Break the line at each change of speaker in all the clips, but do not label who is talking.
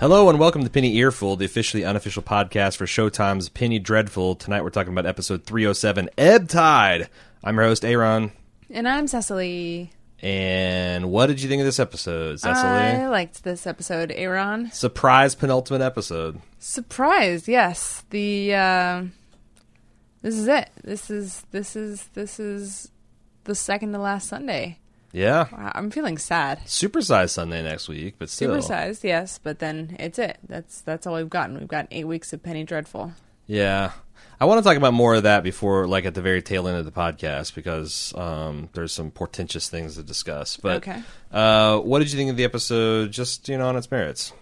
Hello and welcome to Penny Earful, the officially unofficial podcast for Showtime's Penny Dreadful. Tonight we're talking about episode 307, Ebb Tide. I'm your host, Aaron.
And I'm Cecily.
And what did you think of this episode, Cecily?
I liked this episode, Aaron.
Surprise penultimate episode.
Surprise, yes. The uh, this is it. This is this is this is the second to last Sunday.
Yeah.
Wow, I'm feeling sad.
Supersize Sunday next week, but still.
Supersized, yes, but then it's it. That's that's all we've gotten. We've gotten eight weeks of Penny Dreadful.
Yeah. I want to talk about more of that before, like, at the very tail end of the podcast because um, there's some portentous things to discuss. But
Okay.
uh, what did you think of the episode, just, you know, on its merits?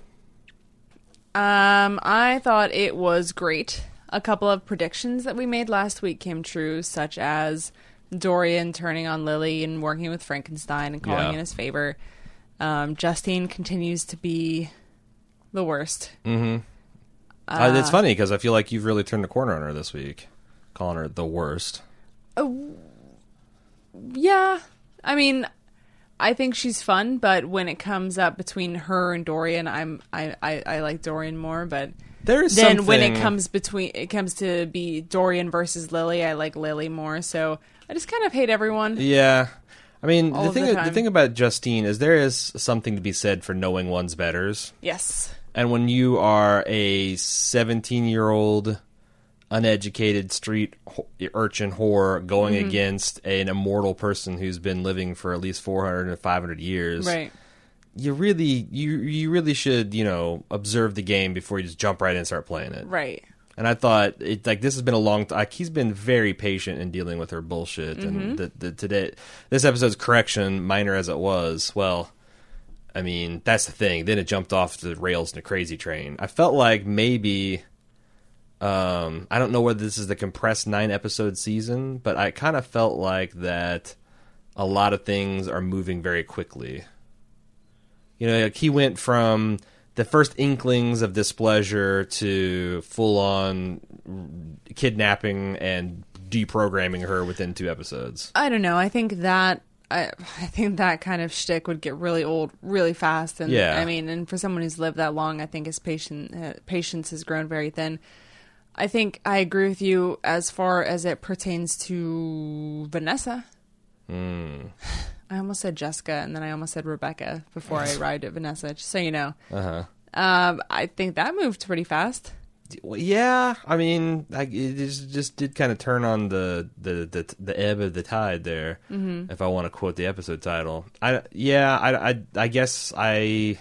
Um, I thought it was great. A couple of predictions that we made last week came true, such as Dorian turning on Lily and working with Frankenstein and calling
Yeah.
in his favor. Um, Justine continues to be the worst.
Mm. Uh, it's funny because I feel like you've really turned a corner on her this week, calling her the worst.
Yeah, I mean, I think she's fun, but when it comes up between her and Dorian, I'm I I, I like Dorian more, but.
There is
then when it
something-
comes between it comes to be Dorian versus Lily, I like Lily more. So I just kind of hate everyone.
yeah. I mean,
All
the
of
thing
the
the
time.
thing about Justine is there is something to be said for knowing one's betters.
Yes.
And when you are a 17 year old uneducated street ho- urchin whore going
Mm-hmm.
against an immortal person who's been living for at least 400 to 500 years,
Right.
you really you you really should, you know, observe the game before you just jump right in and start playing it.
Right.
And I thought, it, like, this has been a long time. Like, he's been very patient in dealing with her bullshit. And the, the, today, this episode's correction, minor as it was, well, I mean, that's the thing. Then it jumped off the rails in a crazy train. I felt like maybe, um, I don't know whether this is the compressed nine episode season, but I kind of felt like that a lot of things are moving very quickly. You know, like he went from the first inklings of displeasure to full on kidnapping and deprogramming her within two episodes.
I don't know. I think that I I think that kind of shtick would get really old really fast. And
Yeah.
I mean, and for someone who's lived that long, I think his patient uh, patience has grown very thin. I think I agree with you as far as it pertains to Vanessa.
Hmm.
I almost said Jessica, and then I almost said Rebecca before I arrived at Vanessa. Just so you know,
Uh-huh.
um, I think that moved pretty fast.
Well, yeah, I mean, I, it just, just did kind of turn on the the, the the ebb of the tide there. Mm-hmm. If I want to quote the episode title, I yeah, I I, I guess I,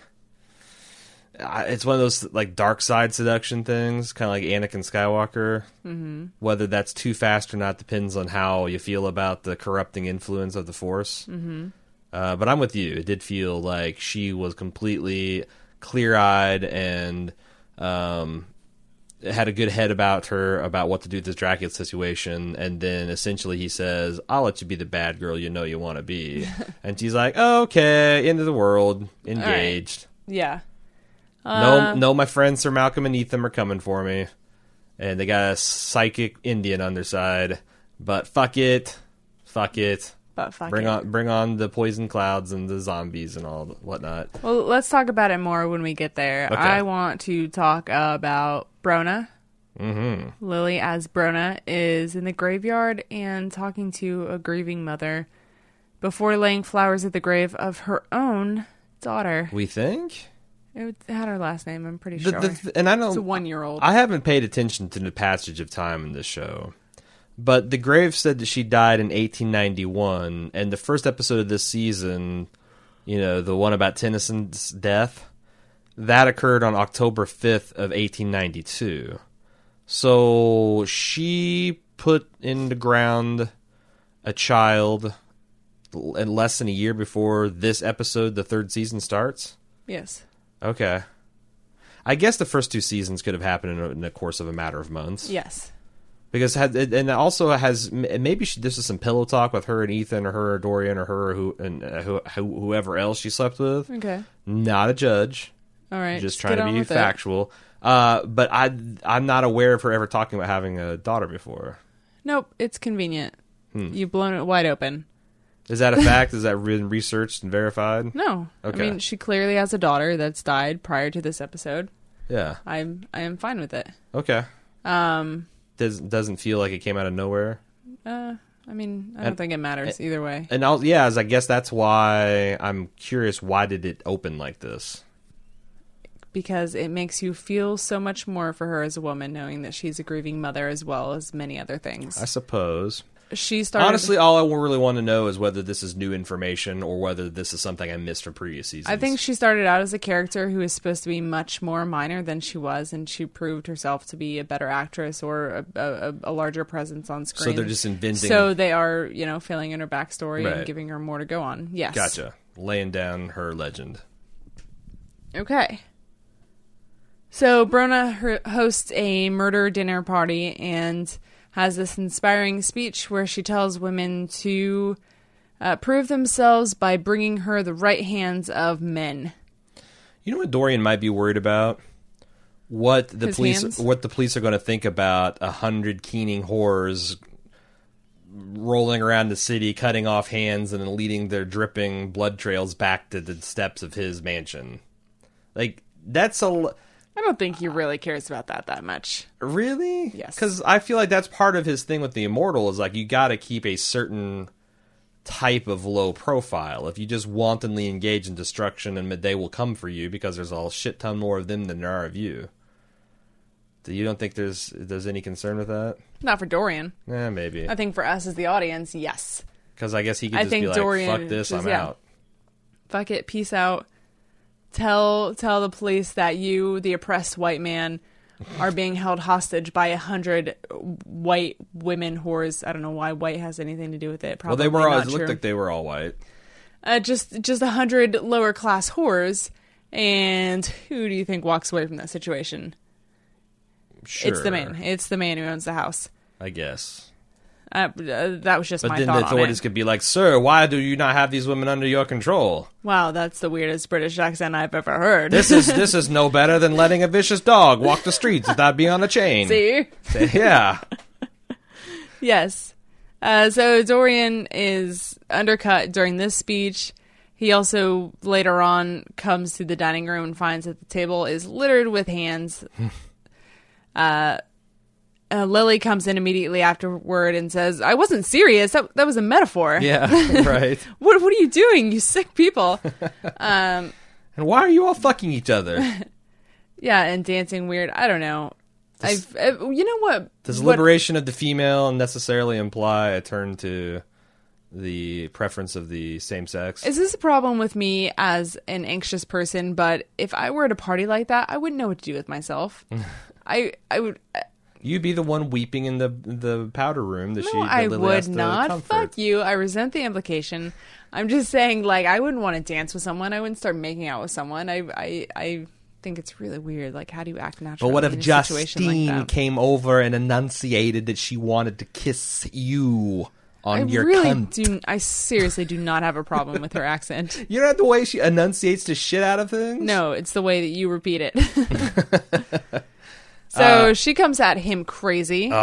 I. It's one of those like dark side seduction things, kind of like Anakin Skywalker. Mm-hmm. Whether that's too fast or not depends on how you feel about the corrupting influence of the Force. Uh, but I'm with you. It did feel like she was completely clear eyed and um, had a good head about her about what to do with this Dracula situation. And then essentially he says, I'll let you be the bad girl you know you want to be. and she's like, okay, end of the world, engaged.
Yeah,
No,
Uh,
no, my friends Sir Malcolm and Ethan are coming for me. And they got a psychic Indian on their side. But fuck it. Fuck it
but fuck
bring
it.
on bring on the poison clouds and the zombies and all th- whatnot.
Well, let's talk about it more when we get there.
Okay.
I want to talk about Brona. Mm-hmm. Lily, as Brona, is in the graveyard and talking to a grieving mother before laying flowers at the grave of her own daughter.
We think
It had her last name, I'm pretty
The-
sure.
the- and I don't.
it's a one year old.
I haven't paid attention to the passage of time in this show, but the grave said that she died in 1891, and the first episode of this season, you know, the one about Tennyson's death, that occurred on October 5th of 1892. So she put in the ground a child l- in less than a year before this episode, the third season starts.
Yes.
Okay. I guess the first two seasons could have happened in, a, in the course of a matter of months.
Yes.
Because had and it also has m- maybe she, this is some pillow talk with her and Ethan or her or Dorian or her or who and uh, who, who, whoever else she slept with.
Okay.
Not a judge.
All Mm-hmm. right.
Just
get
trying to
on
be
with it.
factual. Uh, but I I'm not aware of her ever talking about having a daughter before. Hmm.
Nope. It's convenient. You've blown it wide open.
Is that a fact? Is that been researched and verified?
No.
Okay.
I mean, she clearly has a daughter that's died prior to this episode.
Yeah.
I'm I am fine with it.
Okay.
Um
Does doesn't feel like it came out of nowhere.
uh I mean, I don't
And-
think it matters either way.
And I'll, yeah, as I guess that's why I'm curious. Why did it open like this?
because it makes you feel so much more for her as a woman knowing that she's a grieving mother as well as many other things.
I suppose.
she started
Honestly, all I really want to know is whether this is new information or whether this is something I missed from previous seasons.
I think she started out as a character who is supposed to be much more minor than she was, and she proved herself to be a better actress or a, a, a- a larger presence on screen.
they're just inventing-
So they are, you know, filling in her backstory
Right.
and giving her more to go on. Yes.
Gotcha. Laying down her legend.
Okay. So Brona her- hosts a murder dinner party and has this inspiring speech where she tells women to uh, prove themselves by bringing her the right hands of men.
You know what Dorian might be worried about? What the
His
police
hands?
what the police are going to think about a hundred keening whores rolling around the city, cutting off hands and then leading their dripping blood trails back to the steps of his mansion. Like that's a l-
I don't think he really cares about that that much.
really
Yes.
because I feel like that's part of his thing with the immortal is like you got to keep a certain type of low profile. If you just wantonly engage in destruction, and they will come for you because there's a shit ton more of them than there are of you. Do you don't think there's there's any concern with that?
Not for Dorian.
Eh, maybe
I think for us as the audience, yes.
because I guess he could
I
just
think
be like,
Dorian
"Fuck this,
just-
I'm
yeah.
out."
Fuck it, peace out. Tell tell the police that you, the oppressed white man, are being held hostage by a hundred white women whores. I don't know why white has anything to do with it.
Well,
Probably
they were all.
not
It looked
true.
like they were all white.
uh, just just a hundred lower class whores. And who do you think walks away from that situation?
Sure,
It's the man. It's the man who owns the house.
I guess.
Uh, uh, that was just
But
my
then
thought
the
on
authorities
it.
could be like, "Sir, why do you not have these women under your control?"
Wow, that's the weirdest British accent I've ever heard.
This is this is no better than letting a vicious dog walk the streets without being on a chain.
See?
Yeah.
Yes. Uh, so Dorian is undercut during this speech. He also later on comes to the dining room and finds that the table is littered with hands. uh, uh, Lily comes in immediately afterward and says, "I wasn't serious. That that was a metaphor.
Yeah, right.
What what are you doing, you sick people?"
And why are you all fucking each other?
yeah, and dancing weird. I don't know. I've, i you know what?
Does
what-
liberation of the female necessarily imply a turn to the preference of the same sex?
Is this a problem with me as an anxious person? But if I were at a party like that, I wouldn't know what to do with myself. I I would
You'd be the one weeping in the the powder room that she
no,
that
I
Lily has
would
to
not.
comfort.
Fuck you. I resent the implication. I'm just saying, like, I wouldn't want to dance with someone. I wouldn't start making out with someone. I I I think it's really weird. Like, how do you act natural?
But what
in
if
a
Justine
situation like that?
came over and enunciated that she wanted to kiss you on
I
your
really
cunt?
do. I seriously do not have a problem with her accent.
You know the way she enunciates the shit out of things?
No, it's the way that you repeat it. so she comes at him crazy.
Uh,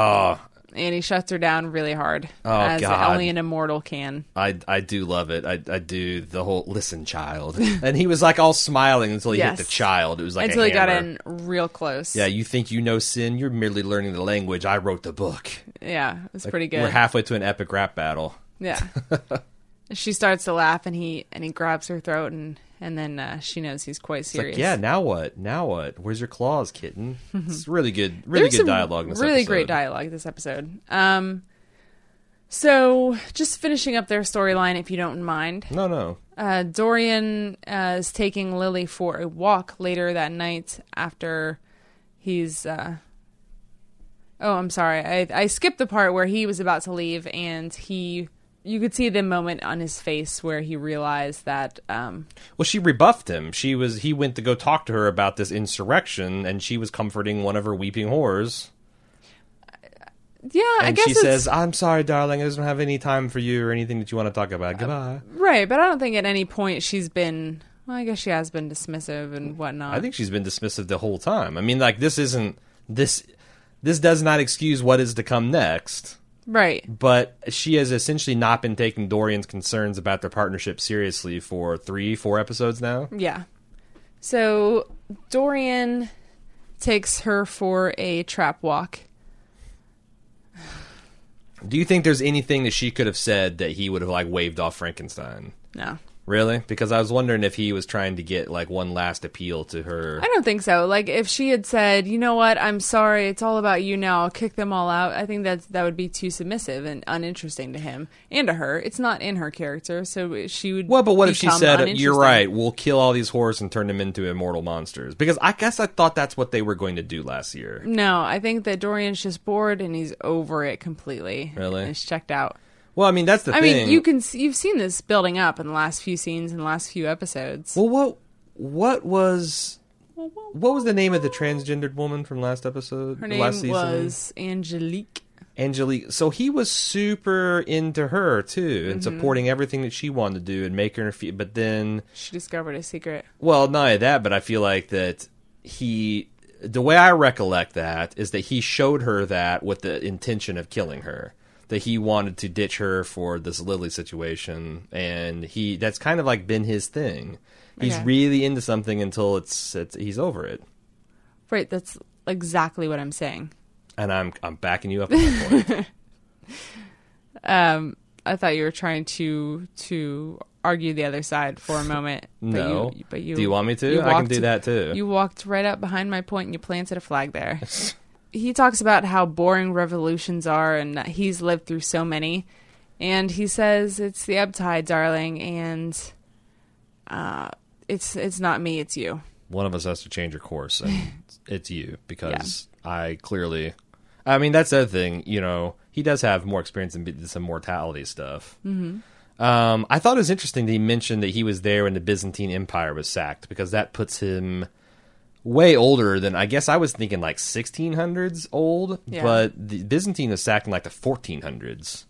Oh,
and he shuts her down really hard,
Oh,
as
God.
only an immortal can.
I I do love it. I I do the whole listen, child. And he was like all smiling until he
Yes.
hit the child. It was like
Until
a
he got
hammer.
in real close.
Yeah, you think you know sin? You're merely learning the language. I wrote the book.
yeah, it was pretty
We're
good.
halfway to an epic rap battle.
yeah, she starts to laugh, and he and he grabs her throat, and and then uh, she knows he's quite
It's
serious.
like, yeah, now what? Now what? Where's your claws, kitten? it's really good, really
There's
good
some
dialogue. In this
really
episode.
great dialogue this episode. Um, so just finishing up their storyline, if you don't mind.
No, no.
Uh, Dorian uh, is taking Lily for a walk later that night after he's. Uh... Oh, I'm sorry. I, I skipped the part where he was about to leave, and he. You could see the moment on his face where he realized that. Um,
Well, she rebuffed him. She was he went to go talk to her about this insurrection, and she was comforting one of her weeping whores.
yeah, I
And
guess
she
it's
says, "I'm sorry, darling. I just don't have any time for you or anything that you want to talk
Uh,
about. Goodbye."
right, but I don't think at any point she's been. Well, I guess she has been dismissive and whatnot.
I think she's been dismissive the whole time. I mean, like this isn't this this does not excuse what is to come next.
Right.
but she has essentially not been taking Dorian's concerns about their partnership seriously for three, four episodes now.
Yeah. So Dorian takes her for a trap walk.
Do you think there's anything that she could have said that he would have like waved off Frankenstein?
No.
Really? Because I was wondering if he was trying to get like one last appeal to her.
I don't think so. Like if she had said, "You know what? I'm sorry. It's all about you now. I'll kick them all out." I think that that would be too submissive and uninteresting to him and to her. It's not in her character, so she would
Well, but what if she
become
said, "You're
uninteresting."
right. We'll kill all these horses and turn them into immortal monsters"? Because I guess I thought that's what they were going to do last year.
No, I think that Dorian's just bored and he's over it completely.
Really?
He's checked out.
Well, I mean that's the
I
thing.
mean, you can see, you've seen this building up in the last few scenes and the last few episodes.
Well, what what was what was the name of the transgendered woman from last episode?
Her name
last season?
was Angelique.
Angelique. So he was super into her too,
Mm-hmm.
and supporting everything that she wanted to do and making her feel. But then,
She discovered a secret.
well, not only that, but I feel like that he, the way I recollect that is that he showed her that with the intention of killing her. That he wanted to ditch her for this Lily situation, and he that's kind of like been his thing. He's
Okay.
really into something until it's, it's he's over it.
Right, that's exactly what I'm saying.
And I'm I'm backing you up on that point.
Um, I thought you were trying to to argue the other side for a moment.
No.
but you, but you
do you want me to?
you
I can
walked-
do that too.
You walked right up behind my point and you planted a flag there. he talks about how boring revolutions are and that he's lived through so many. And he says it's the ebb tide, darling, and uh, it's it's not me, it's you.
one of us has to change your course and it's you because i clearly i mean that's the other thing you know he does have more experience in b- some mortality stuff mm-hmm. um, i thought it was interesting that he mentioned that he was there when the byzantine empire was sacked because that puts him way older than i guess i was thinking like 1600s old
Yeah.
but the byzantine was sacked in like the 1400s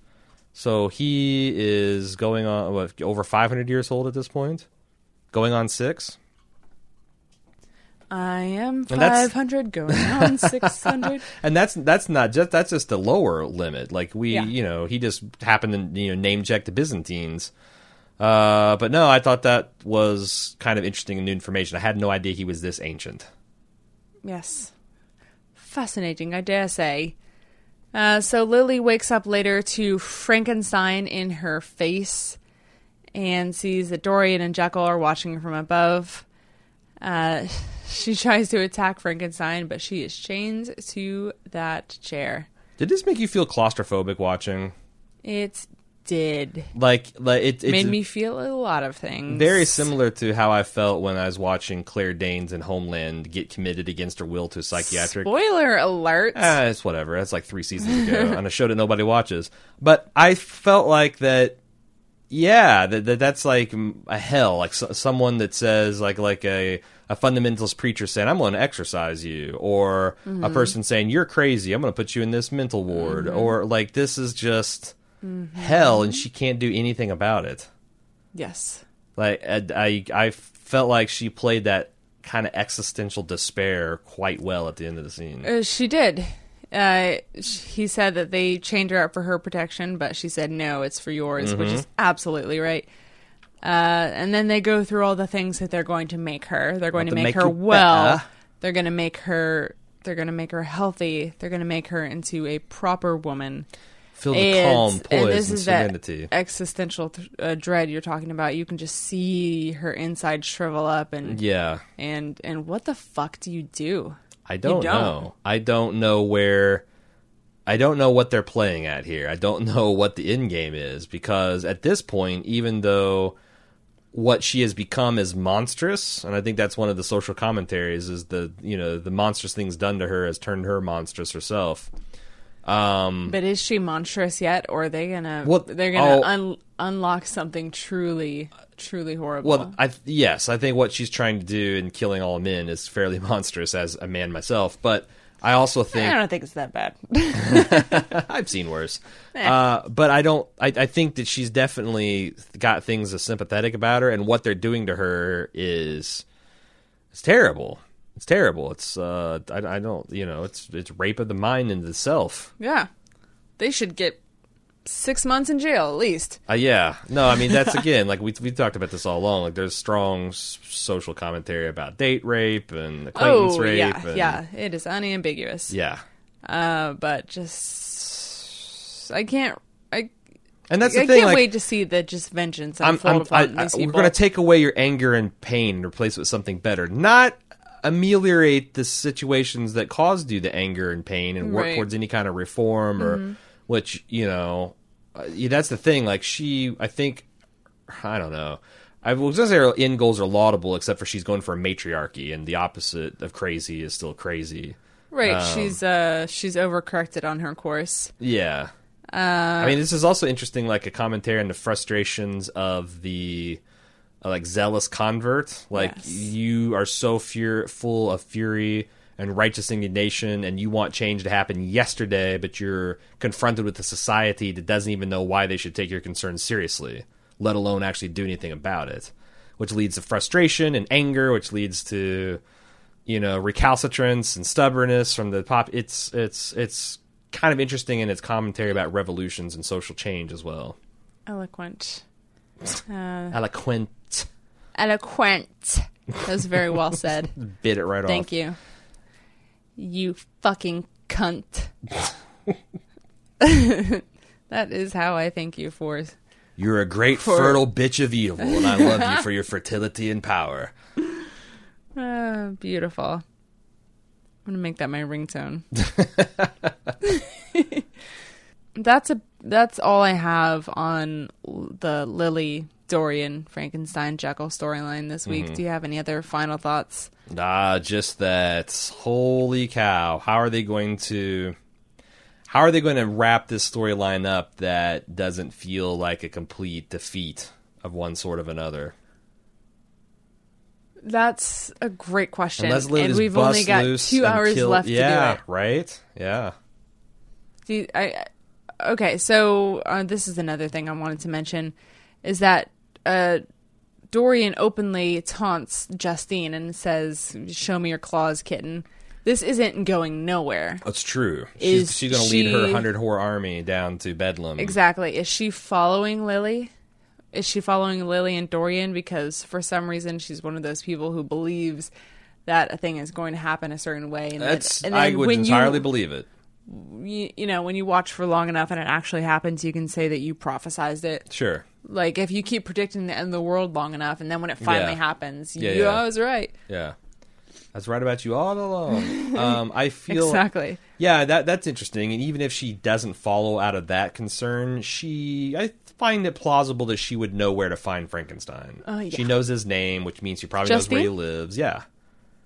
so he is going on what, over 500 years old at this point going on six
I am
that's-
five hundred going on six hundred.
And that's that's not just that's just the lower limit. Like we,
Yeah.
you know, he just happened to you know name check the Byzantines. Uh, but no, I thought that was kind of interesting and new information. I had no idea he was this ancient.
Yes. Fascinating, I dare say. Uh, so Lily wakes up later to Frankenstein in her face and sees that Dorian and Jekyll are watching from above. Uh, she tries to attack Frankenstein, but she is chained to that chair.
Did this make you feel claustrophobic watching?
It did.
Like, like it, it's
Made me feel a lot of things.
very similar to how I felt when I was watching Claire Danes in Homeland get committed against her will to a psychiatric
Spoiler alert.
Ah, it's whatever. That's like three seasons ago on a show that nobody watches. But I felt like that. Yeah, that, that that's like mm, a hell. Like so, someone that says like like a a fundamentalist preacher saying I'm going to exercise you, or a person saying you're crazy. I'm going to put you in this mental ward, or like this is just hell, and she can't do anything about it.
yes.
Like I I, I felt like she played that kind of existential despair quite well at the end of the scene.
Uh, she did. Uh, sh- he said that they chained her up for her protection, but she said no, it's for yours, which is
Mm-hmm.
absolutely right. Uh, and then they go through all the things that they're going to make her. They're going
Want
to
to make
make, her
you
well.
better.
They're going to make her. They're going to make her healthy. They're going to make her into a proper woman.
Feel the calm,
It's- and
poise,
this
and
is that
serenity.
existential th- uh, dread you're talking about. You can just see her inside shrivel up, and
Yeah,
and and what the fuck do you do?
I don't,
don't.
know. I don't know where. I don't know what they're playing at here. I don't know what the end game is because at this point, even though what she has become is monstrous, and I think that's one of the social commentaries is the you know the monstrous things done to her has turned her monstrous herself.
But is she monstrous yet, or are they gonna?
Well,
they're gonna
oh.
un- unlock something truly, truly horrible.
Well, I yes, I think what she's trying to do in killing all men is fairly monstrous as a man myself, but I also think
I don't think it's that bad.
I've seen worse.
Eh.
Uh, but I don't. I, I think that she's definitely got things that's sympathetic about her, and what they're doing to her is it's terrible. It's terrible. It's uh, I, I don't. You know, it's it's rape of the mind and the self.
yeah, They should get six months in jail at least.
Uh, yeah, no, I mean that's again like we we talked about this all along. Like there's strong s- social commentary about date rape and acquaintance
oh
rape.
yeah,
and-
yeah. It is unambiguous.
yeah.
Uh, but just I can't. I
And that's the
I
thing.
can't
like,
wait to see the just vengeance
I'm,
unfold
I'm, I,
upon
I,
these
we're
uh, people.
going to take away your anger and pain and replace it with something better. Not ameliorate the situations that caused you the anger and pain and work
Right. Mm-hmm.
towards any kind of reform or which, you know, uh, yeah, that's the thing. Like, she, I think, I don't know. I was going to say her end goals are laudable, except for she's going for a matriarchy, and the opposite of crazy is still crazy.
right, she's uh she's overcorrected on her course.
Yeah.
Uh,
I mean, this is also interesting, like a commentary on the frustrations of the uh, like zealous convert. Like
Yes.
you are so fur- full of fury and righteous indignation, and you want change to happen yesterday, but you're confronted with a society that doesn't even know why they should take your concerns seriously, let alone actually do anything about it. Which leads to frustration and anger, which leads to you know recalcitrance and stubbornness from the pop it's it's it's kind of interesting in its commentary about revolutions and social change as well
Eloquent. Uh,
eloquent
Eloquent. That was very well said.
bit it right
Thank
off
you. You fucking cunt. that is how I thank you for
you're a great
For-
fertile bitch of evil and i love you for your fertility and power
uh, beautiful. I'm gonna make that my ringtone. that's a that's all I have on l- the Lily Dorian Frankenstein Jekyll storyline this week. Do you have any other final thoughts?
nah Ah, just that holy cow how are they going to how are they going to wrap this storyline up that doesn't feel like a complete defeat of one sort of another
That's a great question.
Unless Lily
and
just
we've only
busts
got
loose
two
and
hours
kill-
left
yeah
to do it.
right yeah
Do you, I, I- okay, so uh, this is another thing I wanted to mention is that uh, Dorian openly taunts Justine and says, "Show me your claws, kitten." This isn't going nowhere.
That's true.
Is
she's she's going to lead her
she-
100 whore army down to Bedlam.
Exactly. Is she following Lily? Is she following Lily and Dorian because for some reason she's one of those people who believes that a thing is going to happen a certain way and, that-
That's
and
I
then
would
when
entirely
you,
believe it.
you, you know when you watch for long enough and it actually happens you can say that you prophesized it
Sure.
Like if you keep predicting the end of the world long enough, and then when it finally
Yeah.
happens,
Yeah,
you
yeah.
I was right.
Yeah. That's right about you all along. um, I feel
Exactly.
Yeah, that that's interesting. And even if she doesn't follow out of that concern, she I find it plausible that she would know where to find Frankenstein.
Oh, yeah.
She knows his name, which means she probably knows where
Justine?
he lives. Yeah.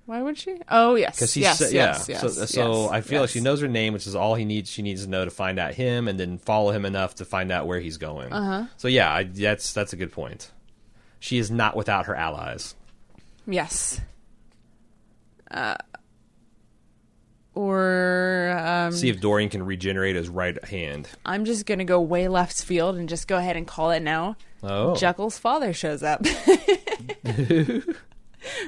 Why would she? Oh yes,
Because he's
yes,
so- yeah.
yes, yes,
so so
yes,
I feel like
yes.
she knows her name, which is all he needs. She needs to know to find out him, and then follow him enough to find out where he's going. Uh-huh. So yeah, I, that's that's a good point. She is not without her allies.
Yes. Uh, or um,
See if Dorian can regenerate his right hand.
I'm just gonna go way left field and just go ahead and call it now.
Oh,
Jekyll's father shows up.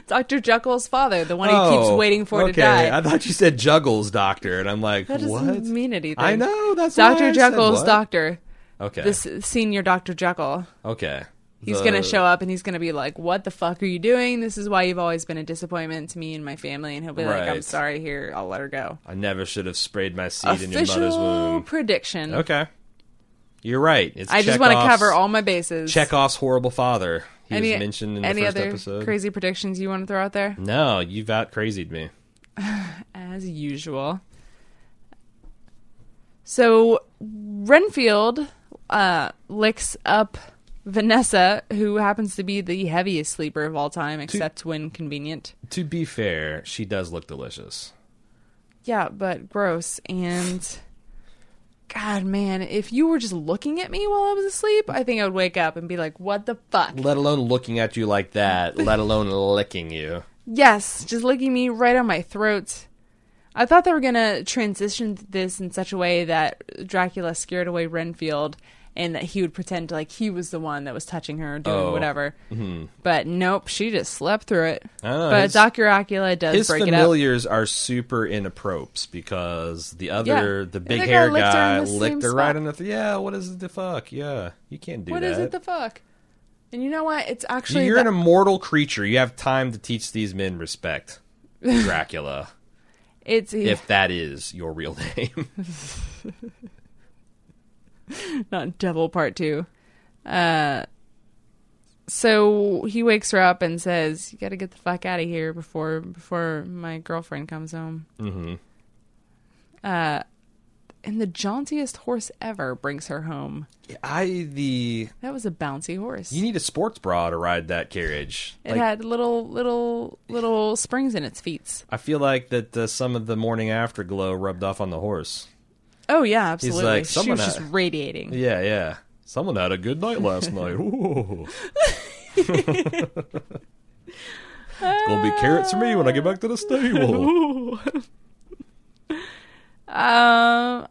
Doctor Jekyll's father, the one he keeps
Oh,
waiting for
okay.
to die.
I thought you said Juggles Doctor, and I'm like,
that doesn't
what?
mean anything.
I know that's why I
Doctor
said
Jekyll's
what?
doctor.
Okay,
This senior Doctor Jekyll.
okay.
He's
The-
going to show up and he's going to be like, What the fuck are you doing? This is why you've always been a disappointment to me and my family. And he'll be like, I'm
Right.
sorry, here, I'll let her go.
I never should have sprayed my seed in your mother's
Official
womb.
prediction.
Okay, you're right. It's
I just want to
Chekhov's-
cover all my bases.
Chekhov's horrible father. He
any,
was mentioned in the
any
first
other
episode.
crazy predictions you want to throw out there?
No, you've out crazied me.
As usual. So Renfield uh, licks up Vanessa, who happens to be the heaviest sleeper of all time, except when convenient.
To be fair, she does look delicious.
Yeah, but gross. And God, man, if you were just looking at me while I was asleep, I think I would wake up and be like, what the fuck?
Let alone looking at you like that, let alone licking you.
Yes, just licking me right on my throat. I thought they were going to transition this in such a way that Dracula scared away Renfield and that he would pretend like he was the one that was touching her or doing
Oh.
whatever. But nope, she just slept through it.
I don't know,
but
his-
Dr. Ocula does
His
break it up.
familiars are super into propes because the other,
Yeah.
the
And
big
the guy
hair
licked her in
guy,
the same
licked her right
spot.
in the. Th- yeah, what is it the fuck? Yeah, you can't do
What
that.
is it the fuck? And you know what? It's actually
You're an
the-
immortal creature. You have time to teach these men respect, Dracula.
it's
if that is your real name,
not Devil Part Two. Uh, so he wakes her up and says, "You got to get the fuck out of here before before my girlfriend comes home." Mm-hmm. Uh, and the jauntiest horse ever brings her home.
I the
That was a bouncy horse.
you need a sports bra to ride that carriage.
it
Like,
had little little little springs in its feet.
I feel like that uh, some of the morning afterglow rubbed off on the horse.
Oh yeah, absolutely.
like,
she
"Someone
was just
had-
radiating.
Yeah, yeah. Someone had a good night last night. Ooh. it's gonna be carrots for me when I get back to the stable.
Ooh. um,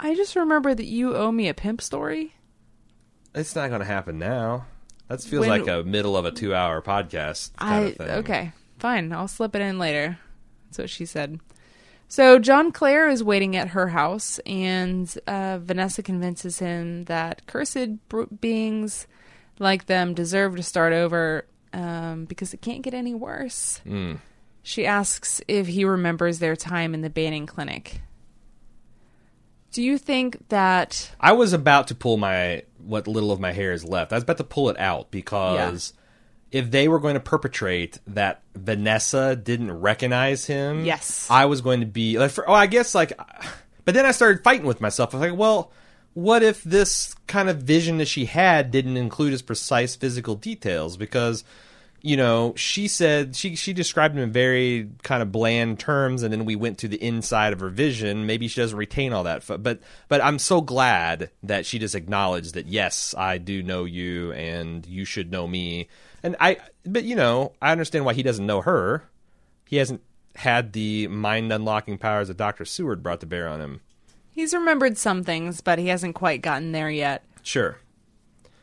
I just remember that you owe me a pimp story.
It's not gonna happen now. That feels
When-
like a middle of a two-hour podcast. Kind
I
of thing.
okay, fine. I'll slip it in later. That's what she said. So John Clare is waiting at her house, and uh, Vanessa convinces him that cursed br- beings like them deserve to start over um, because it can't get any worse. She asks if he remembers their time in the Banning Clinic. Do you think that
I was about to pull my what little of my hair is left. I was about to pull it out because if they were going to perpetrate that Vanessa didn't recognize him,
Yes.
I was going to be like, for, oh, I guess like, but then I started fighting with myself. I was like, well, what if this kind of vision that she had didn't include his precise physical details because. You know, she said she she described him in very kind of bland terms, and then we went to the inside of her vision. Maybe she doesn't retain all that, fu- but but I'm so glad that she just acknowledged that yes, I do know you, and you should know me. And I, but you know, I understand why he doesn't know her he hasn't had the mind unlocking powers that Dr. Seward brought to bear on him.
he's remembered some things, but he hasn't quite gotten there yet?
Sure.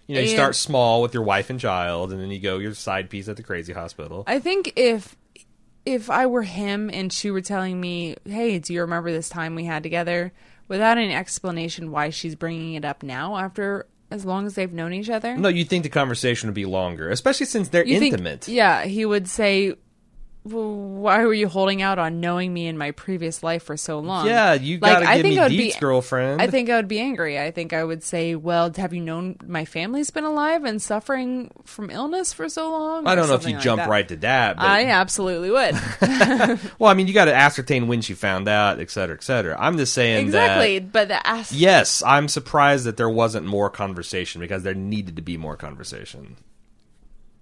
You know, you
And-
start small with your wife and child, and then you go your side piece at the crazy hospital.
I think if if I were him and she were telling me, "Hey, do you remember this time we had together?" without any explanation why she's bringing it up now after as long as they've known each other.
No, you'd think the conversation would be longer, especially since they're
You think-
intimate.
yeah, he would say, well, "Why were you holding out on knowing me in my previous life for so long?"
yeah, you
Like,
gotta
I
give
think
me
I would
deets,
be-
girlfriend.
I think I would be angry. I think I would say, "Well, have you known my family's been alive and suffering from illness for so long?"
I
or
don't know if
something
you
like
jump
that.
right to that, but
I absolutely would.
well, I mean, you got to ascertain when she found out, et cetera, et cetera. I'm just saying that
exactly, but the ask
Yes, I'm surprised that there wasn't more conversation because there needed to be more conversation.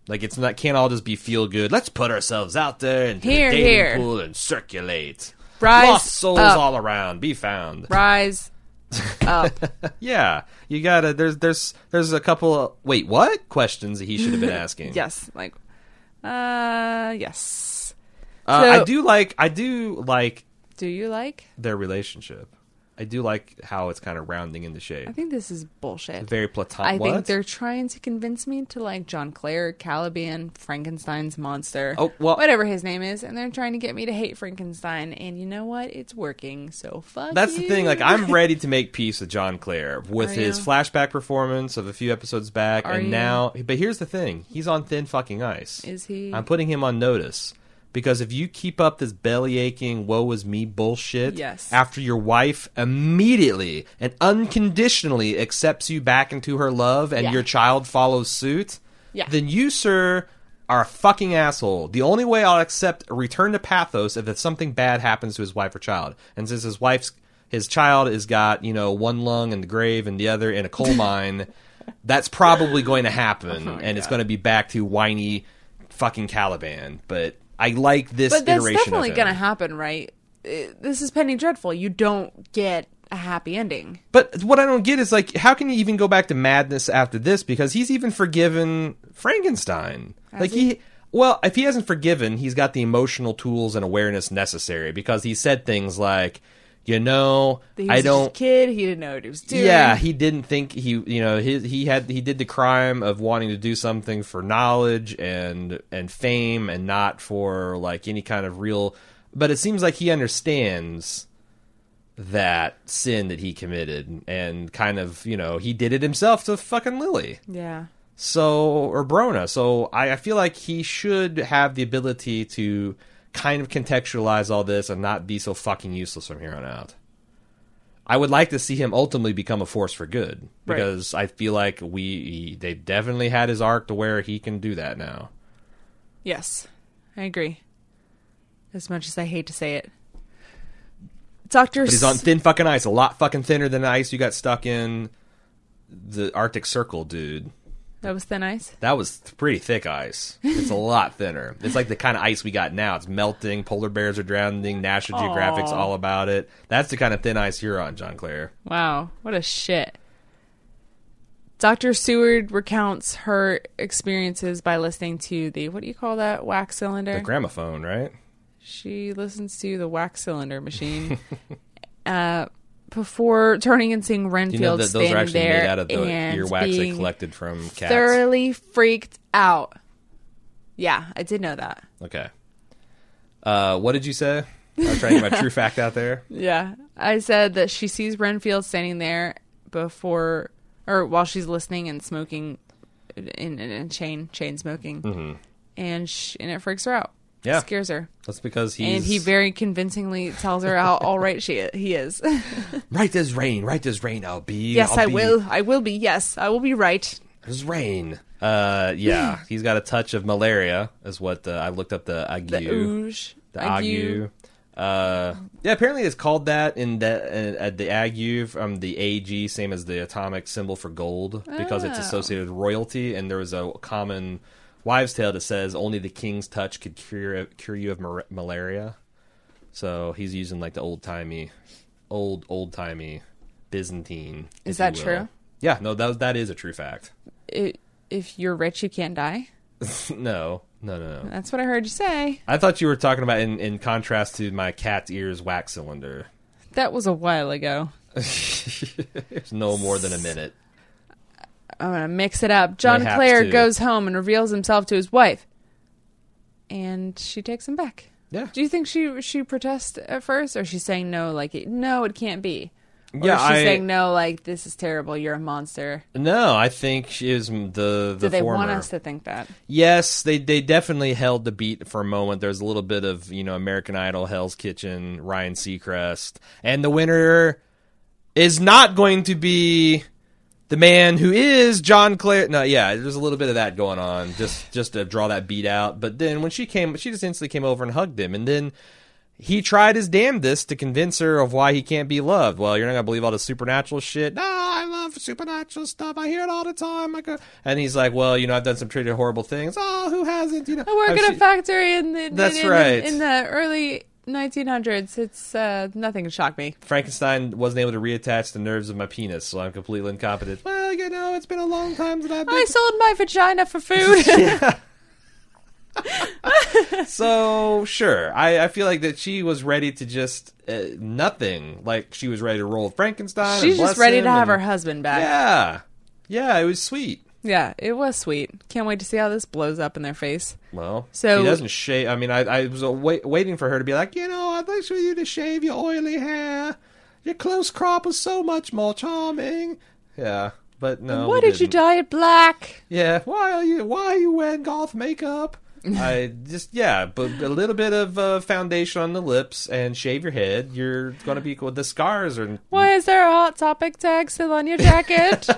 Like it's not can't all just be feel good. Let's put ourselves out there into
Here,
the dating
here.
pool and circulate.
Rise
Lost souls
up.
all around, be found.
rise up.
Yeah, you gotta. There's there's there's a couple. Of, wait, what questions that he should have been asking?
yes, like, uh, yes.
uh,
So-
I do like I do like
Do you like?
their relationship. I do like how it's kind of rounding into shape.
I think this is bullshit.
Very platonic.
I think they're trying to convince me to like John Clare, Caliban, Frankenstein's monster.
Oh, well-
whatever his name is, and they're trying to get me to hate Frankenstein. And you know what? It's working. So fuck.
That's the thing.
you.
Like, I'm ready to make peace with John Clare with
Are
his
you?
flashback performance of a few episodes back,
Are
and
you?
now. But here's the thing: he's on thin fucking ice.
Is he?
I'm putting him on notice because if you keep up this belly aching "woe is me" bullshit,
Yes.
after your wife immediately and unconditionally accepts you back into her love, and
Yeah.
your child follows suit,
Yeah.
then you, sir. Are a fucking asshole. The only way I'll accept a return to pathos if, if something bad happens to his wife or child. And since his wife's his child has got, you know, one lung in the grave and the other in a coal mine, that's probably going to happen.
Oh,
and it's going to be back to whiny fucking Caliban. But I like this
but that's
iteration
definitely
of him.
gonna happen, right? Uh, This is Penny Dreadful. You don't get a happy ending.
But what I don't get is like, how can you even go back to madness after this? Because he's even forgiven Frankenstein. like he? well, if he hasn't forgiven, he's got the emotional tools and awareness necessary because he said things like, you know,
He was
I
just a
don't.
kid. He didn't know what he was doing.
Yeah, he didn't think he, you know, his he had he did the crime of wanting to do something for knowledge and and fame and not for like any kind of real. But it seems like he understands that sin that he committed and kind of, you know, he did it himself to fucking Lily.
yeah.
So or Brona. So I, I feel like he should have the ability to kind of contextualize all this and not be so fucking useless from here on out. I would like to see him ultimately become a force for good
Right.
because I feel like we they definitely had his arc to where he can do that now.
Yes, I agree. As much as I hate to say it, Doctor.
But he's on thin fucking ice, a lot fucking thinner than the ice you got stuck in the Arctic Circle, dude.
that was thin ice.
That was th- pretty thick ice. It's a lot thinner. It's like the kind of ice we got now. It's melting. Polar bears are drowning. National Geographic's
Aw.
all about it. That's the kind of thin ice you're on, John Clare.
Wow, what a shit. Dr. Seward recounts her experiences by listening to the what do you call that wax cylinder?
The gramophone, right?
she listens to the wax cylinder machine uh, before turning and seeing
Do
Renfield
you know that those
standing
are actually
there
made out of the
and
earwax they
being
collected from cats?
thoroughly freaked out. Yeah, I did know that.
Okay. Uh, what did you say? I was trying to get my true fact out there.
Yeah. I said that she sees Renfield standing there before or while she's listening and smoking in, in, in chain chain smoking. Mm-hmm. And sh and it freaks her out.
Yeah.
Scares her.
That's because he's
And he very convincingly tells her how all right she he is.
right as rain, right as rain. I'll be.
yes,
I'll
I
be.
will. I will be. Yes, I will be right.
There's rain. Uh, yeah, he's got a touch of malaria, is what uh, I looked up the ague.
The ooge.
the
ague.
ague. Uh, yeah, apparently it's called that in the uh, at the ague from the AG, same as the atomic symbol for gold, because it's
Oh.
associated with royalty. And there was a common wives' tale that says only the king's touch could cure cure you of mar- malaria. So he's using like the old timey, old old timey Byzantine.
Is
if
that
you will.
true?
Yeah, no, that that is a true fact.
I- if you're rich, you can't die.
no, no, no, no.
That's what I heard you say.
I thought you were talking about in in contrast to my cat's ears wax cylinder.
That was a while ago.
It's no more than a minute.
I'm gonna mix it up. John
have
Clare
to.
goes home and reveals himself to his wife, and she takes him back.
Yeah.
Do you think she she protests at first, or she's saying no, like it- no, it can't be? Or
Yeah,
is she
I-
saying no, like this is terrible. You're a monster.
No, I think she is m- the the
Do they
former.
want us to think that?
Yes, they they definitely held the beat for a moment. There's a little bit of you know American Idol, Hell's Kitchen, Ryan Seacrest, and the winner is not going to be the man who is John Clare. No, yeah, there's a little bit of that going on just just to draw that beat out. But then when she came, she just instantly came over and hugged him, and then. He tried his damnedest to convince her of why he can't be loved. Well, you're not gonna believe all the supernatural shit. No, I love supernatural stuff. I hear it all the time. I go, and he's like, well, you know, I've done some pretty horrible things. Oh, who hasn't? You know,
I work
Oh,
at a
she-
factory in the
That's
in, in-
right.
in the early 1900s. It's uh, nothing shocked me.
Frankenstein wasn't able to reattach the nerves of my penis, so I'm completely incompetent. Well, you know, it's been a long time that I've been.
I sold my vagina for food.
so sure, I, I feel like that she was ready to just uh, nothing. Like she was ready to roll with Frankenstein. and
She's
bless
just ready
him
to have her
and-
husband back.
Yeah, yeah, it was sweet.
Yeah, it was sweet. Can't wait to see how this blows up in their face.
Well,
So-
he doesn't shave. I mean, I, I was wait, waiting for her to be like, you know, I'd like for you to shave your oily hair. Your close crop was so much more charming. Yeah, but no.
Why
we
did you
didn't.
dye it black?
Yeah, why are you why are you wearing goth makeup? I just yeah, but a little bit of uh, foundation on the lips and shave your head. You're gonna be cool. The scars are
Why is there a hot topic tag still on your jacket?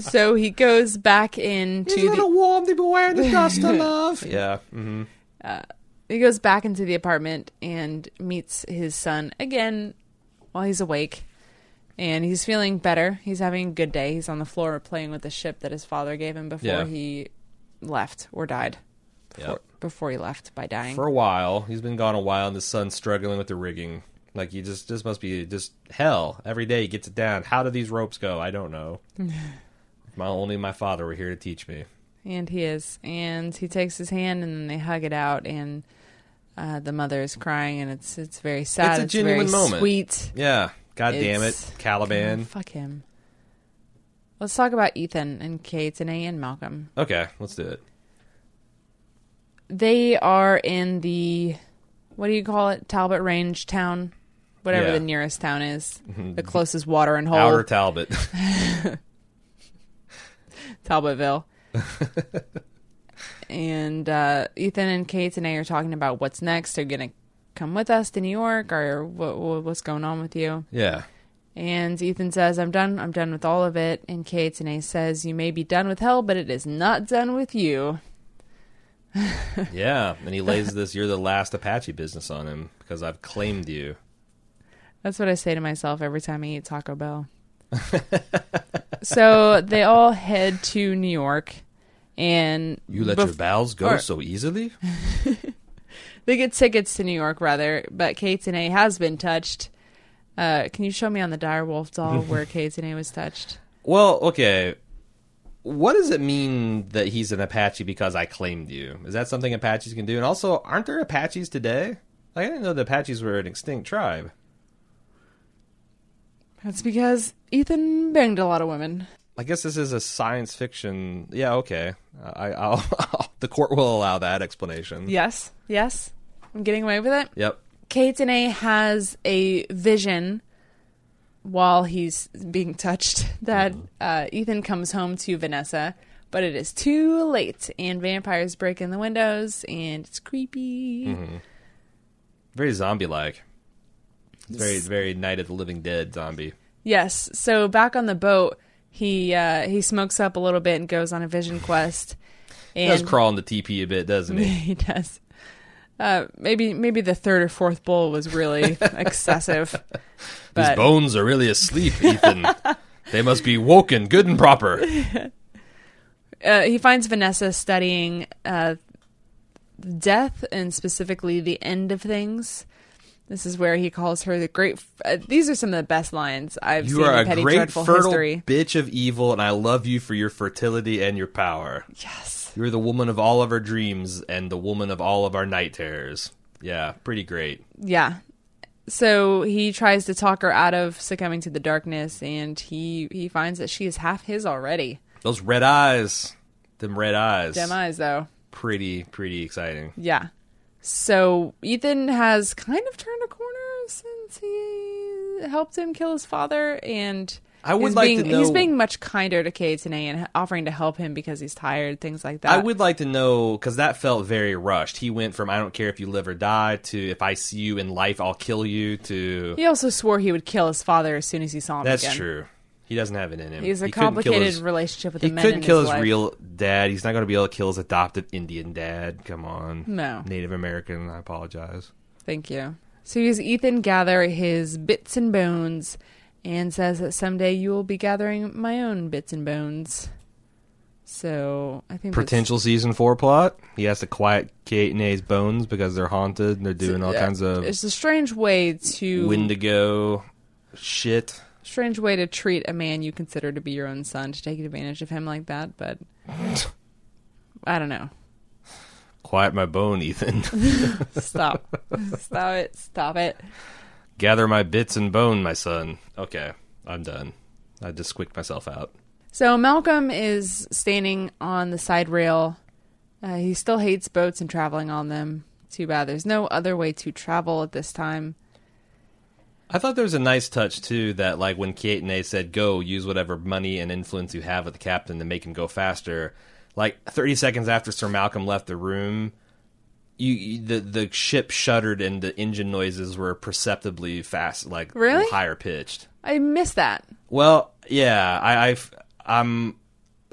so he goes back into
it's a
the
little warm to be wearing the duster, love. Yeah, hmm
he goes back into the apartment and meets his son again while he's awake. And he's feeling better. He's having a good day. He's on the floor playing with the ship that his father gave him before
Yeah.
he left or died.
Yeah.
Before, before he left by dying.
for a while he's been gone a while, and the son's struggling with the rigging. Like you just just must be just hell every day. He gets it down. How do these ropes go? I don't know. my only my father were here to teach me.
And he is. And he takes his hand and then they hug it out and Uh, the mother is crying, and it's it's very sad.
It's a genuine
very
moment.
Sweet.
Yeah. God damn
It's-
it, Caliban.
Fuck him. Let's talk about Ethan and Kate and A and Malcolm.
Okay, let's do it.
They are in the what do you call it? Talbot Range town, whatever
Yeah. Mm-hmm.
the nearest town is, the closest water and hole,
Outer Talbot.
Talbotville. and uh, Ethan and Kate and A are talking about what's next. They're gonna come with us to New York, or what, what, what's going on with you?
yeah.
And Ethan says, I'm done. I'm done with all of it. And Kate and A says, You may be done with hell, but it is not done with you.
Yeah. And he lays this you're the last Apache business on him because I've claimed you.
That's what I say to myself every time I eat Taco Bell. so they all head to New York. And
You let
bef-
your bowels go
or-
so easily?
they get tickets to New York, rather. But Kate and A has been touched. Uh, can you show me on the direwolf doll where Kate and A was touched?
Well, okay. What does it mean that he's an Apache because I claimed you? Is that something Apaches can do? And also, aren't there Apaches today? Like, I didn't know the Apaches were an extinct tribe.
That's because Ethan banged a lot of women.
I guess this is a science fiction. Yeah, okay. I, I'll, the court will allow that explanation.
Yes. Yes. I'm getting away with it.
Yep.
Kaitane has a vision while he's being touched that uh, Ethan comes home to Vanessa, but it is too late, and vampires break in the windows, and it's creepy.
Very zombie like. It's very, very Night of the Living Dead zombie.
Yes. So back on the boat, he uh, he smokes up a little bit and goes on a vision quest.
He
And
does crawl in the teepee a bit, doesn't he?
he does. Uh, maybe maybe the third or fourth bowl was really excessive.
These
But
bones are really asleep, Ethan. they must be woken good and proper.
uh, he finds Vanessa studying uh, death and specifically the end of things. This is where he calls her the great. Uh, these are some of the best lines I've
You
seen
are a
in Petty
great
Dreadful
fertile
history.
bitch of evil, and I love you for your fertility and your power.
Yes,
You're the woman of all of our dreams and the woman of all of our night terrors. Yeah, pretty great.
yeah. So he tries to talk her out of succumbing to the darkness, and he he finds that she is half his already.
Those red eyes, them red eyes,
Dem eyes though,
pretty pretty exciting.
yeah. So Ethan has kind of turned a corner since he helped him kill his father, and
I would
he's
like
being,
to know.
He's being much kinder to Kate today and offering to help him because he's tired, things like that.
I would like to know because that felt very rushed. He went from "I don't care if you live or die" to "If I see you in life, I'll kill you." To
He also swore he would kill his father as soon as he saw him.
that's
again.
true. He doesn't have it in him.
He has a
He couldn't kill
complicated
his-
relationship with
He
the men.
couldn't
in
kill
his,
his,
life.
real dad. He's not going to be able to kill his adopted Indian dad. Come on.
No.
Native American. I apologize.
Thank you. So he has Ethan gather his bits and bones, and says that someday you will be gathering my own bits and bones. So I think that's-
Potential season four plot. He has to quiet Kate and A's bones because they're haunted and they're doing all
uh,
kinds of
It's a strange way to
Wendigo shit.
strange way to treat a man you consider to be your own son to take advantage of him like that, but I don't know.
Quiet my bone, Ethan.
Stop. Stop it. Stop it.
Gather my bits and bone, my son. Okay, I'm done. I just squeaked myself out.
So Malcolm is standing on the side rail. Uh, he still hates boats and traveling on them. Too bad there's no other way to travel at this time.
I thought there was a nice touch too that like when Kietane said go, use whatever money and influence you have with the captain to make him go faster. Like 30 seconds after Sir Malcolm left the room, you, you the the ship shuddered and the engine noises were perceptibly fast like
Really?
higher pitched.
I miss that.
Well, yeah, I I've, I'm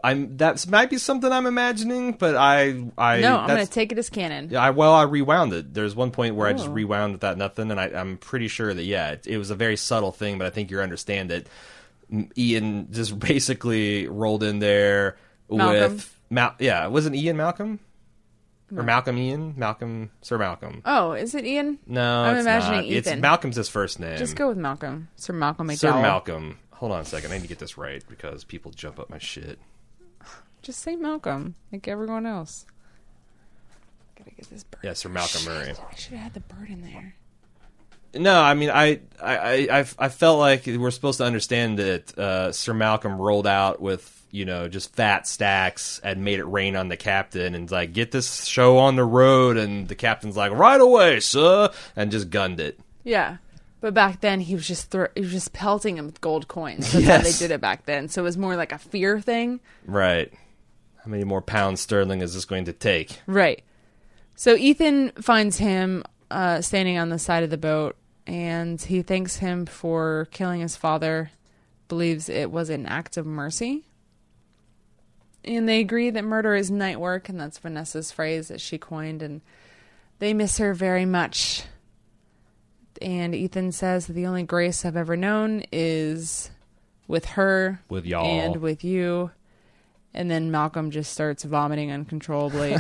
I'm that might be something I'm imagining, but I I
No, I'm going
that's-
to take it as canon.
yeah, I, well, I rewound it. There's one point where I just
Oh.
rewound without nothing, and I, I'm pretty sure that yeah, it, it was a very subtle thing, but I think you understand it. M- Ian just basically rolled in there
Malcolm.
with Mal- yeah, wasn't Ian Malcolm or Malcolm Ian Malcolm Sir Malcolm?
Oh, is it Ian?
No,
I'm
it's
imagining
not.
Ethan.
It's Malcolm's his first name.
Just go with Malcolm. Sir Malcolm McDowell.
Sir Malcolm. Hold on a second. I need to get this right because people jump up my shit.
Just say Malcolm, like everyone else. gotta get this bird.
Yeah, Sir Malcolm
Shit,
Murray.
I should have had the bird in there.
No, I mean, I, I, I, I've- I felt like we're supposed to understand that uh, Sir Malcolm rolled out with you know just fat stacks and made it rain on the captain and like get this show on the road and the captain's like right away, sir, and just gunned it.
Yeah. But back then he was just thro- he was just pelting him with gold coins. That's how they
Yes.
did it back then. So it was more like a fear thing.
Right. How many more pounds sterling is this going to take?
Right. So Ethan finds him uh, standing on the side of the boat, and he thanks him for killing his father. Believes it was an act of mercy. And they agree that murder is night work, and that's Vanessa's phrase that she coined, and they miss her very much. And Ethan says that the only grace I've ever known is with her,
With y'all.
and with you. And then Malcolm just starts vomiting uncontrollably.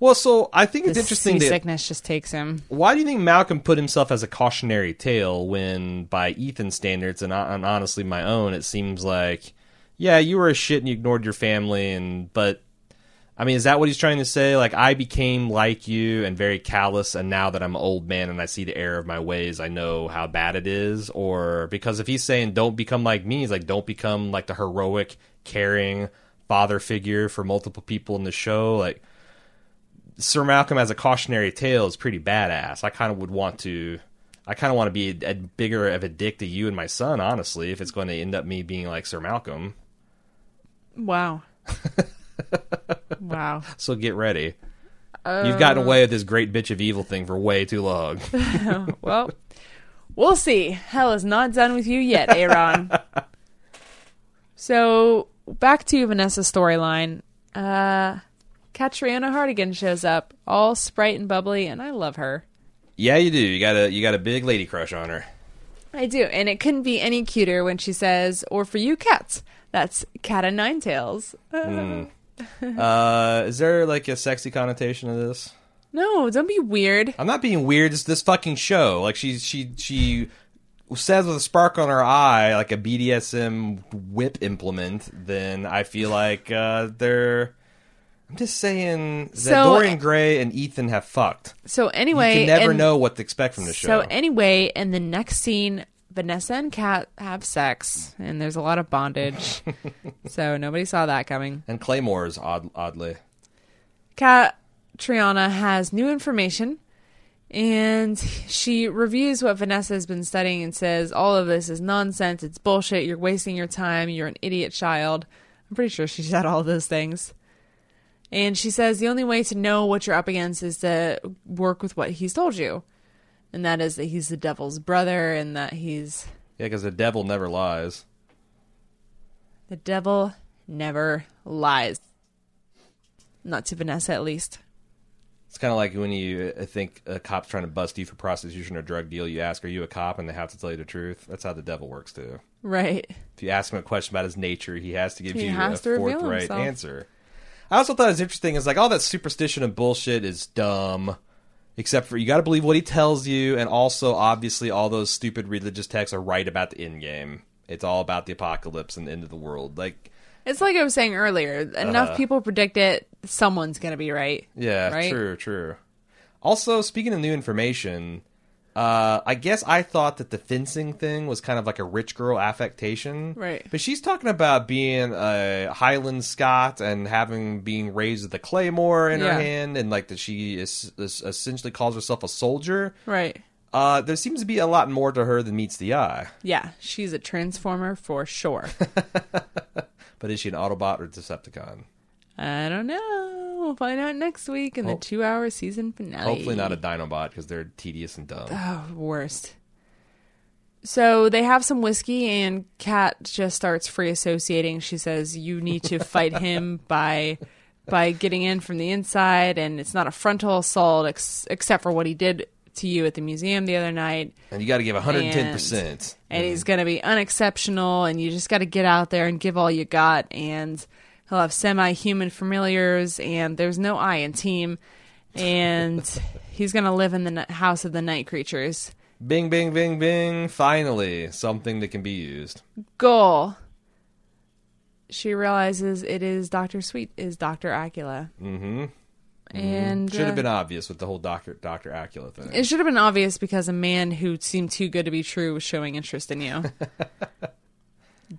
Well, so I think it's
the
interesting that
seasickness just takes him.
why do you think Malcolm put himself as a cautionary tale when, by Ethan's standards and, and honestly my own, it seems like, yeah, you were a shit and you ignored your family, and but, I mean, is that what he's trying to say? Like, I became like you and very callous, and now that I'm an old man and I see the error of my ways, I know how bad it is. Or because if he's saying don't become like me, he's like don't become like the heroic, caring father figure for multiple people in the show, like. Sir Malcolm as a cautionary tale is pretty badass. I kind of would want to. I kind of want to be a, a bigger of a dick to you and my son, honestly, if it's going to end up me being like Sir Malcolm.
Wow. wow.
So get ready. You've gotten away with this great bitch of evil thing for way too long.
Well, we'll see. Hell is not done with you yet, Aaron. so back to Vanessa's storyline. Uh, Catriona Hardigan shows up, all sprite and bubbly, and I love her.
yeah, you do. You got a you got a big lady crush on her.
I do, and it couldn't be any cuter when she says, "Or for you cats." That's cat and nine tails.
Uh, is there like a sexy connotation of this?
No, don't be weird.
I'm not being weird. It's this fucking show. Like she she she says with a spark on her eye, like a BDSM whip implement. Then I feel like uh, they're. I'm just saying that
So-
Dorian Gray and Ethan have fucked.
So
You can
anyway,
never
and-
know what to expect from the show.
So anyway, in the next scene, Vanessa and Kat have sex, and there's a lot of bondage. so nobody saw that coming.
and Claymore's odd, oddly.
Kat Triana has new information, and she reviews what Vanessa has been studying and says, "All of this is nonsense. It's bullshit. You're wasting your time. You're an idiot child." I'm pretty sure she said all those things. And she says the only way to know what you're up against is to work with what he's told you. And that is that he's the devil's brother and that he's
Yeah, because the devil never lies.
the devil never lies. Not to Vanessa, at least.
It's kind of like when you uh, think a cop's trying to bust you for prostitution or drug deal. You ask, "Are you a cop?" and they have to tell you the truth. That's how the devil works too.
Right.
if you ask him a question about his nature, he has to give
He
you
has to
a
reveal
forthright
himself.
answer. I also thought it was interesting. It's like all that superstition and bullshit is dumb, except for you got to believe what he tells you, and also obviously all those stupid religious texts are right about the end game. It's all about the apocalypse and the end of the world. Like,
It's like I was saying earlier. Enough
Uh-huh.
people predict it. Someone's gonna be right.
yeah,
Right?
true, true. Also, speaking of new information, uh, I guess I thought that the fencing thing was kind of like a rich girl affectation.
Right.
But she's talking about being a Highland Scot and having being raised with a claymore in
Yeah.
her hand, and like that she is, is essentially calls herself a soldier.
Right.
Uh, there seems to be a lot more to her than meets the eye.
Yeah, she's a transformer for sure.
But is she an Autobot or Decepticon?
I don't know. We'll find out next week in the
Ho-
two-hour season finale.
Hopefully not a Dinobot because they're tedious and dumb.
Oh, worst. So they have some whiskey, and Kat just starts free associating. She says, "You need to fight him by by getting in from the inside, and it's not a frontal assault, ex- except for what he did to you at the museum the other night."
And you got to give 110%.
and he's going to be unexceptional and you just got to get out there and give all you got and he'll have semi-human familiars and there's no i in team and he's going to live in the ni- house of the night creatures
Bing, bing, bing, bing. Finally, something that can be used.
goal she realizes it is dr sweet is dr acula mm-hmm and
Should
uh,
have been obvious with the whole Doctor Doctor Acula thing.
It should have been obvious because a man who seemed too good to be true was showing interest in you.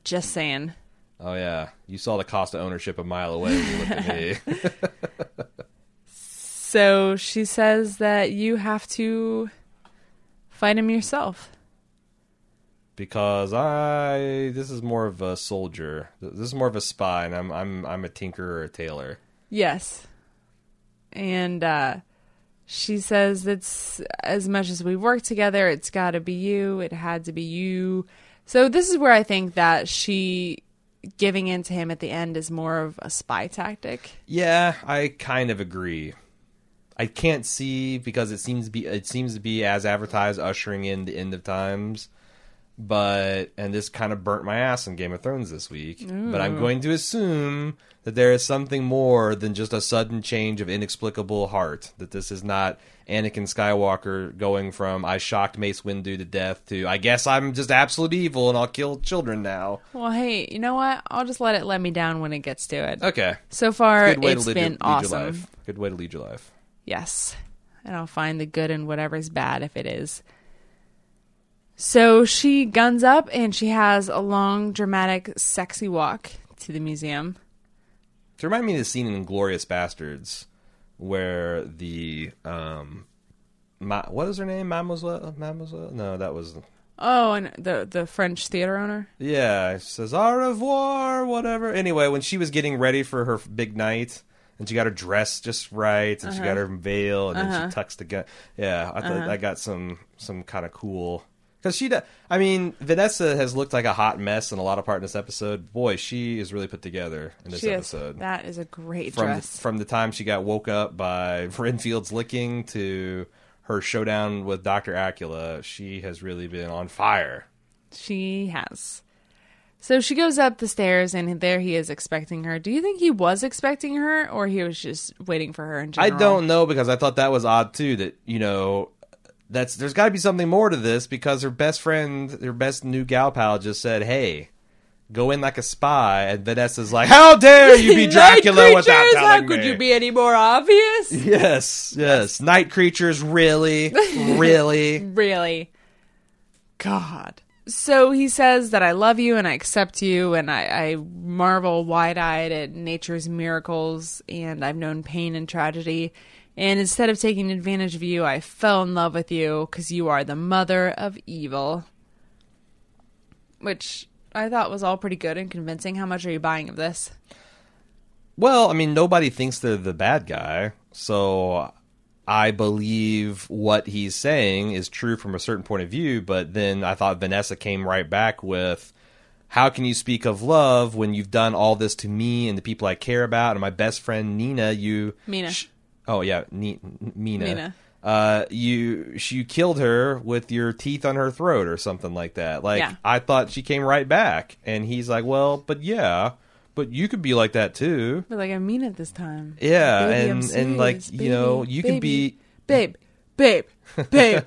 Just saying.
oh yeah, you saw the cost of ownership a mile away. When you looked at me.
So she says that you have to fight him yourself.
because I this is more of a soldier. Th- This is more of a spy, and I'm I'm I'm a tinker or a tailor.
Yes. And uh, she says that's as much as we work together, it's got to be you. It had to be you. So this is where I think that she giving in to him at the end is more of a spy tactic.
Yeah, I kind of agree. I can't see because it seems to be it seems to be as advertised ushering in the end of times. But and this kind of burnt my ass in Game of Thrones this week. But I'm going to assume that there is something more than just a sudden change of inexplicable heart. That this is not Anakin Skywalker going from I shocked Mace Windu to death to I guess I'm just absolute evil and I'll kill children now.
Well, hey, you know what? I'll just let it let me down when it gets to it.
Okay.
So far,
Good way
it's
to lead,
been
your, lead your
awesome.
life. Good way to lead your life.
Yes. And I'll find the good in whatever's bad if it is. So she guns up and she has a long, dramatic, sexy walk to the museum.
To remind me of the scene in *Glorious Bastards* where the um, ma- what is her name? Mademoiselle? Mademoiselle? No, that was
Oh, and the the French theater owner.
yeah. She says "au revoir," whatever. Anyway, when she was getting ready for her big night, and she got her dress just right, and she got
Uh-huh.
her veil, and then she tucks the gun. Yeah, I thought I got some some kind of cool. Because she, da- I mean, Vanessa has looked like a hot mess in a lot of part in this episode. Boy, she is really put together in this
She is,
episode.
that is a great
from the,
dress.
from the time she got woke up by Renfield's licking to her showdown with Doctor Acula, she has really been on fire.
she has. So she goes up the stairs and there he is expecting her. Do you think he was expecting her or he was just waiting for her in
I
general?
don't know because I thought that was odd too. That you know, that's there's got to be something more to this because her best friend, her best new gal pal, just said, "Hey." Go in like a spy, and Vanessa's like, "How dare you be
Night
Dracula without
creatures,
telling
How could
me?"
you be any more obvious?
Yes, yes, night creatures, really, really.
Really? God. So he says that I love you and I accept you and I, I marvel wide eyed at nature's miracles and I've known pain and tragedy. And instead of taking advantage of you, I fell in love with you because you are the mother of evil. Which I thought was all pretty good and convincing. How much are you buying of this?
Well, I mean, nobody thinks they're the bad guy, so I believe what he's saying is true from a certain point of view. But then I thought Vanessa came right back with, "How can you speak of love when you've done all this to me and the people I care about and my best friend Nina? You
Mina.
oh yeah, Ni- Mina.
Mina.
Uh, you she you killed her with your teeth on her throat or something like that. Like
Yeah.
I thought she came right back, and he's like, "Well, but yeah." But you could be like that too.
But like, I mean it this time.
Yeah,
Baby, I'm
and and like
serious.
you know,
Baby,
you can
baby,
be
Babe, babe, babe.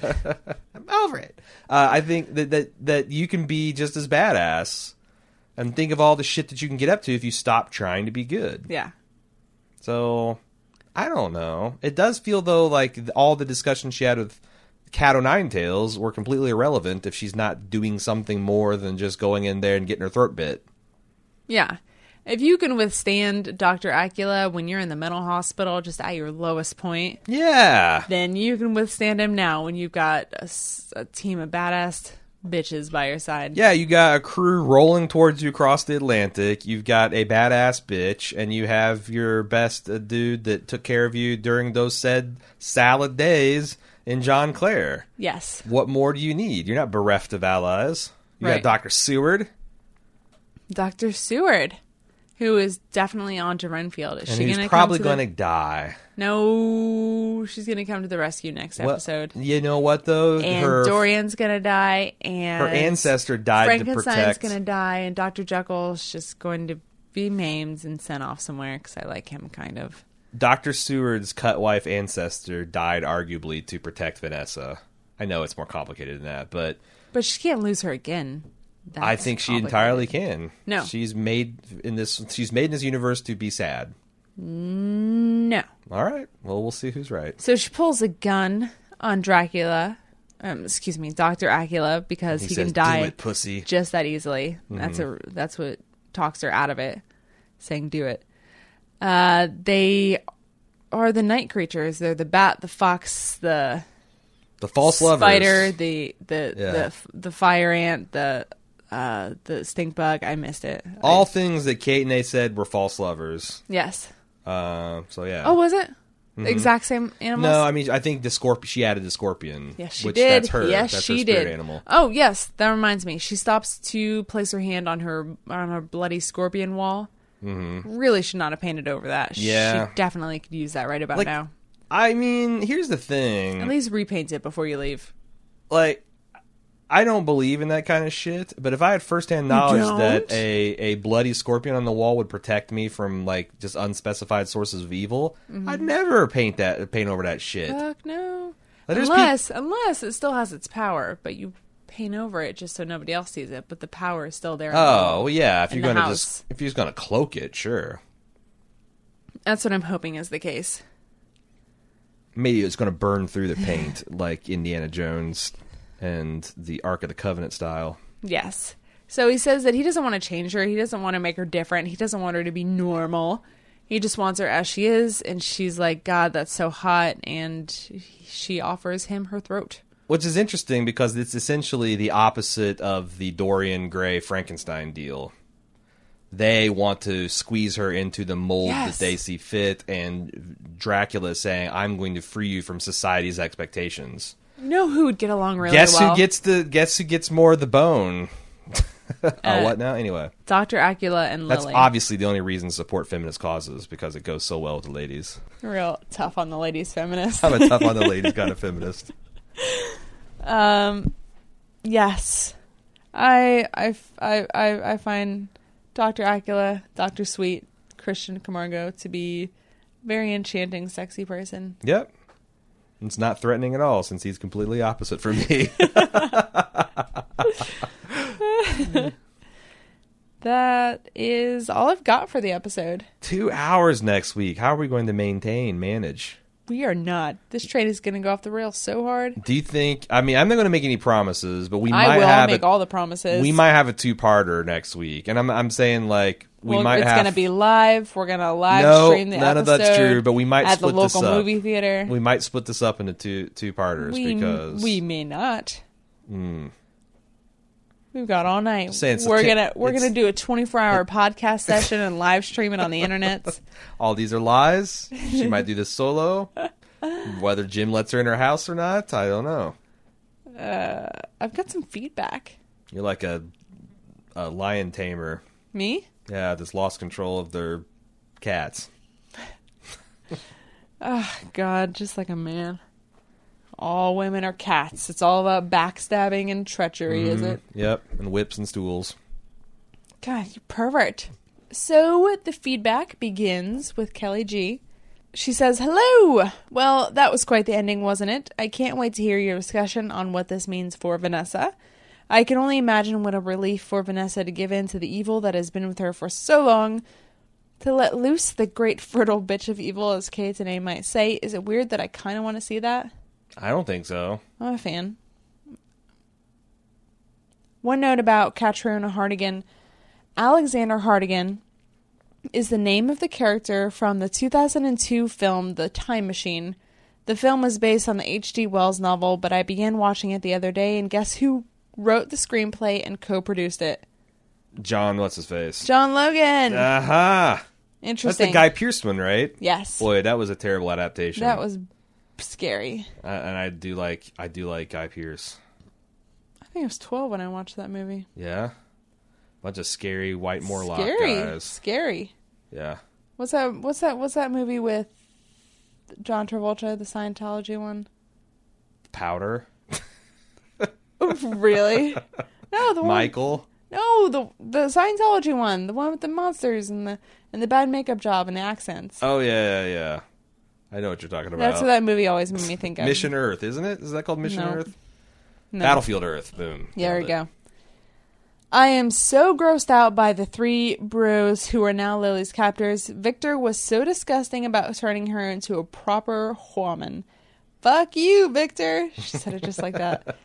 I'm over it. Uh, I think that that that you can be just as badass, and think of all the shit that you can get up to if you stop trying to be good.
yeah.
So I don't know. It does feel though like th- all the discussions she had with Cat O' Nine Tails were completely irrelevant if she's not doing something more than just going in there and getting her throat bit.
Yeah. If you can withstand Dr. Acula when you're in the mental hospital just at your lowest point,
Yeah,
then you can withstand him now when you've got a, s- a team of badass bitches by your side.
Yeah, you got a crew rolling towards you across the Atlantic. You've got a badass bitch, and you have your best uh, dude that took care of you during those said salad days in John Clare.
Yes.
What more do you need? You're not bereft of allies. You
Right.
got Dr. Seward,
Dr. Seward, who is definitely on to Renfield. Is
and
she
he's
gonna
probably
come to
going to die.
the... No, she's going to come to the rescue next
Well,
episode.
you know what, though?
And
her,
Dorian's going to die and
her ancestor died to
Frankenstein's
protect.
going to die, and Dr. Jekyll's just going to be maimed and sent off somewhere because I like him, kind of.
Dr. Seward's cut wife ancestor died arguably to protect Vanessa. I know it's more complicated than that, but.
But she can't lose her again. That's
I think she
complicated.
entirely can.
No.
she's made in this. She's made in this universe to be sad.
No.
All right. Well, we'll see who's right.
So she pulls a gun on Dracula, um, excuse me, Doctor Acula, because he,
says,
can die
"Do it, pussy." Mm-hmm.
just that easily. That's a that's what talks her out of it, saying do it. Uh, they are the night creatures. They're the bat, the fox, the
The false lovers.
spider, the the
Yeah.
the the fire ant, the uh, the stink bug. I missed it.
All things that Kate and they said were false lovers.
yes.
Uh, so yeah.
Oh, was it the exact same animals?
Mm-hmm. no, I mean I think the scorp She added the scorpion.
Yes, she
which
did.
That's her.
Yes,
that's
she
her spirit
did.
Animal.
Oh, yes, that reminds me. She stops to place her hand on her on her bloody scorpion wall. Mm-hmm. Really should not have painted over that.
Yeah.
she definitely could use that right about
Like-
now.
I mean, here's the thing.
At least repaint it before you leave.
like I don't believe in that kind of shit, but if I had firsthand knowledge
don't?
that a, a bloody scorpion on the wall would protect me from like just unspecified sources of evil,
Mm-hmm.
I'd never paint that paint over that shit.
Fuck no.
Like, there's peop-
unless unless it still has its power, but you paint over it just so nobody else sees it. But the power is still there.
oh well, yeah, if
In
you're
the
gonna
house.
just if you're just gonna cloak it, sure.
that's what I'm hoping is the case.
Maybe it's gonna burn through the paint like Indiana Jones and the Ark of the Covenant style.
Yes. So he says that he doesn't want to change her. He doesn't want to make her different. He doesn't want her to be normal. He just wants her as she is. And she's like, God, that's so hot. And she offers him her throat.
Which is interesting because it's essentially the opposite of the Dorian Gray Frankenstein deal. They want to squeeze her into the mold
Yes.
that they see fit, and Dracula is saying, "I'm going to free you from society's expectations."
You know who would get along really
guess
well?
who gets the guess who gets more of the bone? oh, what now? Anyway,
Dr. Acula and
that's
Uh, Lily.
obviously the only reason to support feminist causes because it goes so well with the ladies.
Real tough on the ladies feminist.
I'm a tough on the ladies kind of feminist.
Um, yes, I, I, I, I, I find Doctor Acula, Doctor Sweet, Christian Camargo to be very enchanting, sexy person.
Yep. It's not threatening at all since he's completely opposite from me.
That is all I've got for the episode.
Two hours next week. How are we going to maintain, manage?
We are not. This train is going to go off the rails so hard.
Do you think? I mean, I'm not going to make any promises, but we
I
might
will I'll
have
make
a,
all the promises.
we might have a two parter next week, and I'm I'm saying like we
Well,
might
it's
have
going to be live. We're going to live
No,
stream the
none of
episode.
that's true, but we might
at
split
the
this
local
up.
movie theater.
we might split this up into two two parters
we,
because
we may not. We've got all night.
saying it's a
we're
ti-
gonna we're
it's-
gonna do a twenty four hour podcast session and live stream it on the internet.
all these are lies. She might do this solo, whether Jim lets her in her house or not. I don't know.
I've got some feedback.
You're like a a lion tamer.
Me?
Yeah, that's lost control of their cats.
God, just like a man. All women are cats. It's all about backstabbing and treachery, is it?
Yep, and whips and stools.
God, you pervert. So the feedback begins with Kelly G. She says, Hello! Well, that was quite the ending, wasn't it? I can't wait to hear your discussion on what this means for Vanessa. I can only imagine what a relief for Vanessa to give in to the evil that has been with her for so long. To let loose the great fertile bitch of evil, as Kay today might say. Is it weird that I kind of want to see that?
I don't think so.
I'm a fan. One note about Catriona Hardigan. Alexander Hardigan is the name of the character from the 2002 film The Time Machine. The film was based on the H.G. Wells novel, but I began watching it the other day, and guess who wrote the screenplay and co produced it?
John, what's his face?
John Logan!
Aha! That's
Interesting.
the Guy Pearce one, right?
Yes.
Boy, that was a terrible adaptation.
That was scary.
Uh, and I do like I do like Guy Pearce.
I think I was 12 when I watched that movie.
Yeah, bunch of scary white Morlock
scary.
guys.
Scary.
Yeah,
What's that? What's that? What's that movie with John Travolta, the Scientology one?
powder.
really? No, the one.
Michael.
No, the the Scientology one, the one with the monsters and the and the bad makeup job and the accents.
Oh yeah, yeah, yeah. I know what you're talking about.
That's what that movie always made me think of.
Mission Earth, isn't it? Is that called Mission
No.
Earth?
No.
Battlefield Earth. Boom.
There we
Nailed it.
go. I am so grossed out by the three bros who are now Lily's captors. Victor was so disgusting about turning her into a proper woman. Fuck you, Victor. She said it just like that.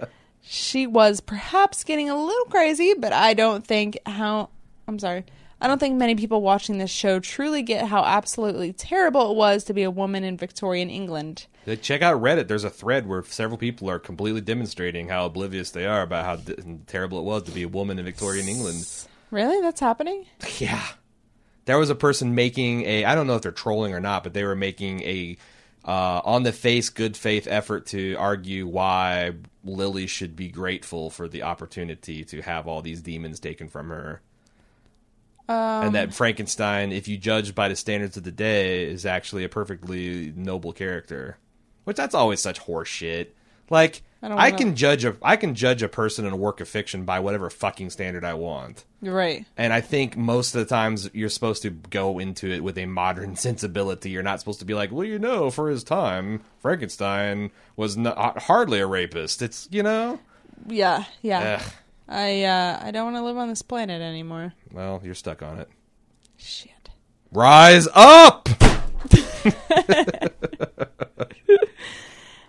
She was perhaps getting a little crazy, but I don't think how. I'm sorry. I don't think many people watching this show truly get how absolutely terrible it was to be a woman in Victorian England.
They- Check out Reddit. There's a thread where several people are completely demonstrating how oblivious they are about how d- terrible it was to be a woman in Victorian England.
Really? That's happening?
Yeah. There was a person making a I don't know if they're trolling or not, but they were making a uh, on the face good faith effort to argue why Lily should be grateful for the opportunity to have all these demons taken from her. and
Um,
that Frankenstein, if you judge by the standards of the day, is actually a perfectly noble character. Which that's always such horseshit. Like
I don't
I
wanna-
can judge a I can judge a person in a work of fiction by whatever fucking standard I want.
You're right.
And I think most of the times you're supposed to go into it with a modern sensibility. You're not supposed to be like, well, you know, for his time, Frankenstein was not, hardly a rapist. It's you know,
Yeah, yeah.
Ugh.
I uh, I don't want to live on this planet anymore.
well, you're stuck on it.
Shit.
Rise up.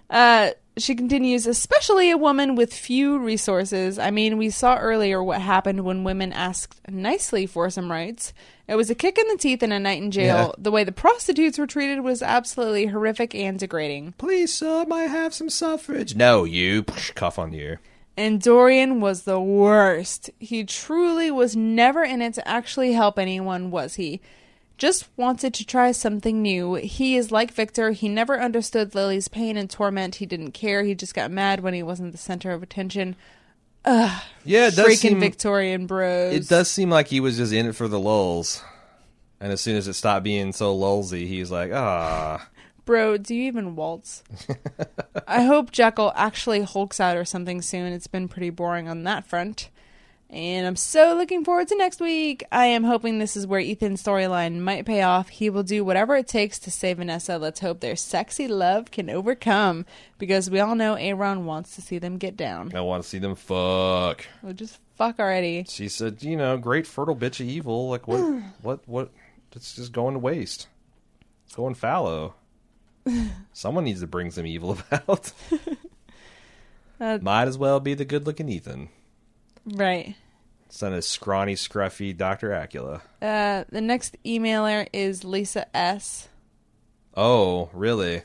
Uh, she continues, especially a woman with few resources. I mean, we saw earlier what happened when women asked nicely for some rights. It was a kick in the teeth and a night in
Yeah.
jail. The way the prostitutes were treated was absolutely horrific and degrading.
Please, sir, may I have some suffrage? No, you Psh, cuff on you.
And Dorian was the worst. He truly was never in it to actually help anyone, was he? Just wanted to try something new. He is like Victor. He never understood Lily's pain and torment. He didn't care. He just got mad when he wasn't the center of attention.
Yeah, it does
Freaking
seem
Victorian bros.
it does seem like he was just in it for the lulls. And as soon as it stopped being so lulzy, he's like, ah,
Bro, do you even waltz? I hope Jekyll actually hulks out or something soon. It's been pretty boring on that front. And I'm so looking forward to next week. I am hoping this is where Ethan's storyline might pay off. He will do whatever it takes to save Vanessa. Let's hope their sexy love can overcome because we all know Aaron wants to see them get down.
I want to see them fuck.
Well, just fuck already.
She said, "You know, great fertile bitch of evil. Like what? what? What? It's just going to waste. It's going fallow. Someone needs to bring some evil about.
Uh,
Might as well be the good-looking Ethan,
Right.
son of scrawny, scruffy Doctor Acula.
Uh, the next emailer is Lisa S.
Oh, really?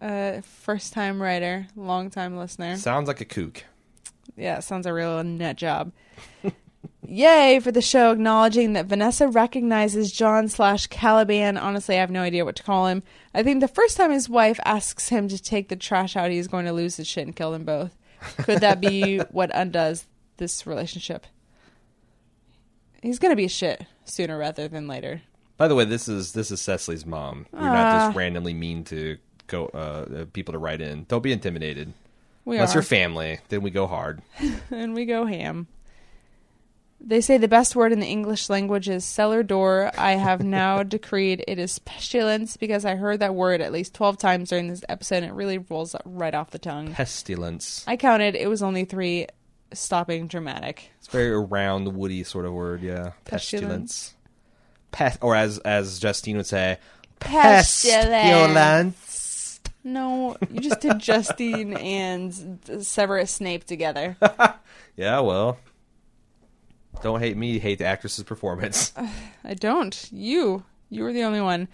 Uh, first time writer, long time listener.
Sounds like a kook.
Yeah, it sounds a real nut job. Yay for the show acknowledging that Vanessa recognizes John slash Caliban. Honestly, I have no idea what to call him. I think the first time his wife asks him to take the trash out, he's going to lose his shit and kill them both. Could that be what undoes this relationship? He's going to be shit sooner rather than later.
By the way, this is this is Cecily's mom. You're not
Ah.
just randomly mean to go uh, uh, people to write in. Don't be intimidated.
We
Unless
are.
you're family, then we go hard.
and we go ham. They say the best word in the English language is cellar door. I have now decreed it is pestilence because I heard that word at least 12 times during this episode and it really rolls right off the tongue.
Pestilence.
I counted, it was only three, stopping dramatic.
It's very around woody sort of word, yeah.
Pestilence.
Pestilence. Pest, or as as Justine would say,
Pestilence. No, you just did Justine and Severus Snape together.
Yeah, well. Don't hate me, hate the actress's performance.
I don't. You. You were the only one.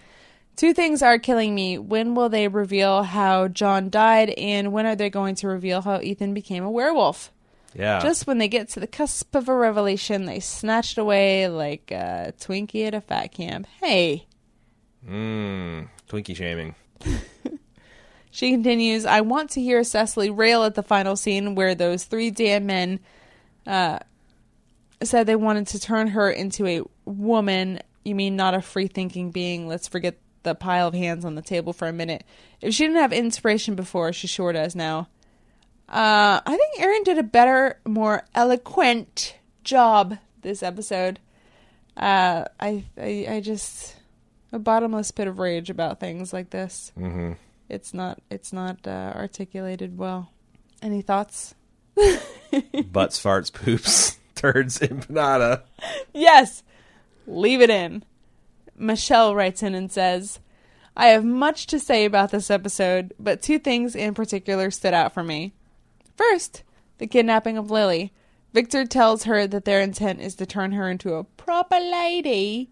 Two things are killing me. When will they reveal how John died, and when are they going to reveal how Ethan became a werewolf?
Yeah.
Just when they get to the cusp of a revelation, they snatch it away like a Twinkie at a fat camp. Hey.
Mmm. Twinkie shaming.
She continues, I want to hear Cecily rail at the final scene where those three damn men uh, said they wanted to turn her into a woman. You mean not a free thinking being? Let's forget the pile of hands on the table for a minute. If she didn't have inspiration before, she sure does now. Uh, I think Aaron did a better, more eloquent job this episode. Uh, I, I, I just a bottomless pit of rage about things like this
Mm-hmm.
it's not it's not uh, articulated well. Any thoughts?
Butts, farts, poops. turds empanada.
Yes. Leave it in. Michelle writes in and says, I have much to say about this episode, but two things in particular stood out for me. First, the kidnapping of Lily. Victor tells her that their intent is to turn her into a proper lady.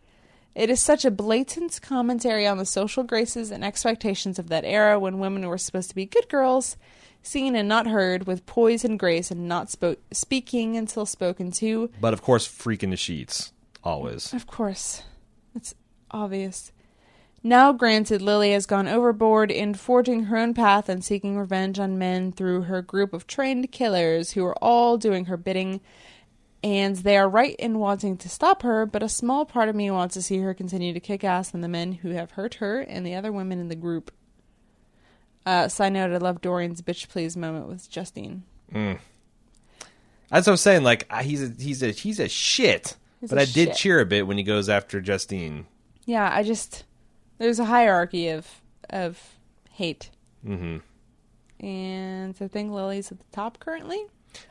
It is such a blatant commentary on the social graces and expectations of that era when women were supposed to be good girls, seen and not heard, with poise and grace, and not spo- speaking until spoken to.
But of course, freaking the sheets. Always.
Of course. It's obvious. Now, granted, Lily has gone overboard in forging her own path and seeking revenge on men through her group of trained killers who are all doing her bidding, and they are right in wanting to stop her, but a small part of me wants to see her continue to kick ass on the men who have hurt her and the other women in the group. Uh, side note, I love Dorian's bitch please moment with Justine.
That's what I'm saying. Like I- he's a, he's a he's a shit.
He's
but
a
I did
shit.
cheer a bit when he goes after Justine.
Yeah, I just there's a hierarchy of of hate. Mm-hmm. And I think Lily's at the top currently.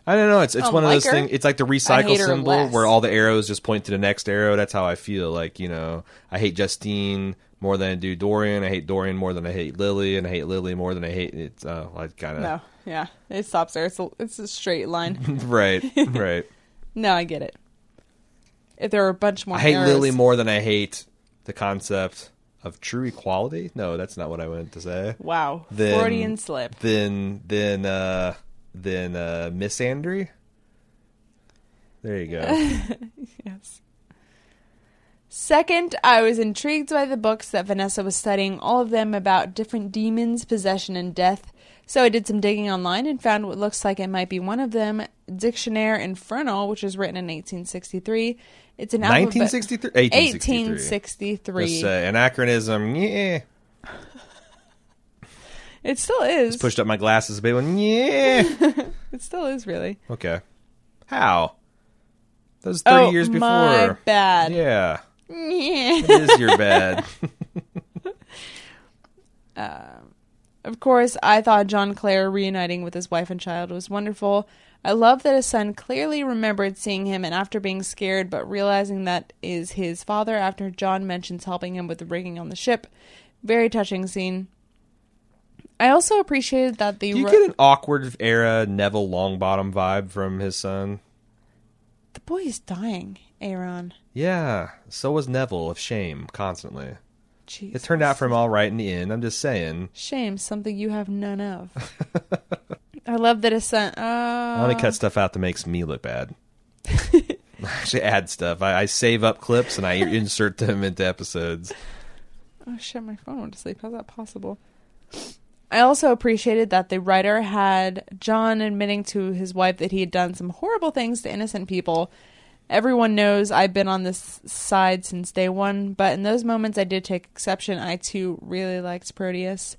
I don't know. It's it's
don't
one of
Oh, like
those
her.
things. It's like the
I
recycle
hate her
symbol
less.
where all the arrows just point to the next arrow. That's how I feel. Like you know, I hate Justine more than I do Dorian. I hate Dorian more than I hate Lily, and I hate Lily more than I hate. It's uh, I kind
No,
of
yeah, it stops there. It's a, it's a straight line.
right, right.
no, I get it. If there were a bunch more,
I hate
arrows-
Lily more than I hate the concept of true equality. No, that's not what I meant to say.
Wow,
Then-
Freudian slip.
Then then uh then uh Miss Andrew. There you go.
Yes. Second, I was intrigued by the books that Vanessa was studying, all of them about different demons, possession, and death. So I did some digging online and found what looks like it might be one of them, Dictionnaire Infernal, which was written in 1863. It's an alphabet-
1963 1863.
1863.
Just uh, say anachronism. Yeah.
It still is.
Pushed up my glasses a bit. Went, yeah.
It still is really.
okay. How? That was 30
oh,
years before.
My bad.
Yeah.
Yeah.
It is your bad.
Uh, Of course, I thought John Clare reuniting with his wife and child was wonderful. I love that his son clearly remembered seeing him and after being scared but realizing that is his father after John mentions helping him with the rigging on the ship. Very touching scene. I also appreciated that the
Do you
ro-
get an awkward era Neville Longbottom vibe from his son?
the boy is dying, Aaron.
Yeah, so was Neville of shame constantly.
Jeez.
It turned out for him all right in the end. I'm just saying.
Shame, something you have none of. I love that his son.
I want to
Oh,
cut stuff out that makes me look bad. I actually add stuff. I, I save up clips and I insert them into episodes.
Oh shit, my phone went to sleep. How's that possible? I also appreciated that the writer had John admitting to his wife that he had done some horrible things to innocent people. Everyone knows I've been on this side since day one, but in those moments I did take exception. I too really liked Proteus.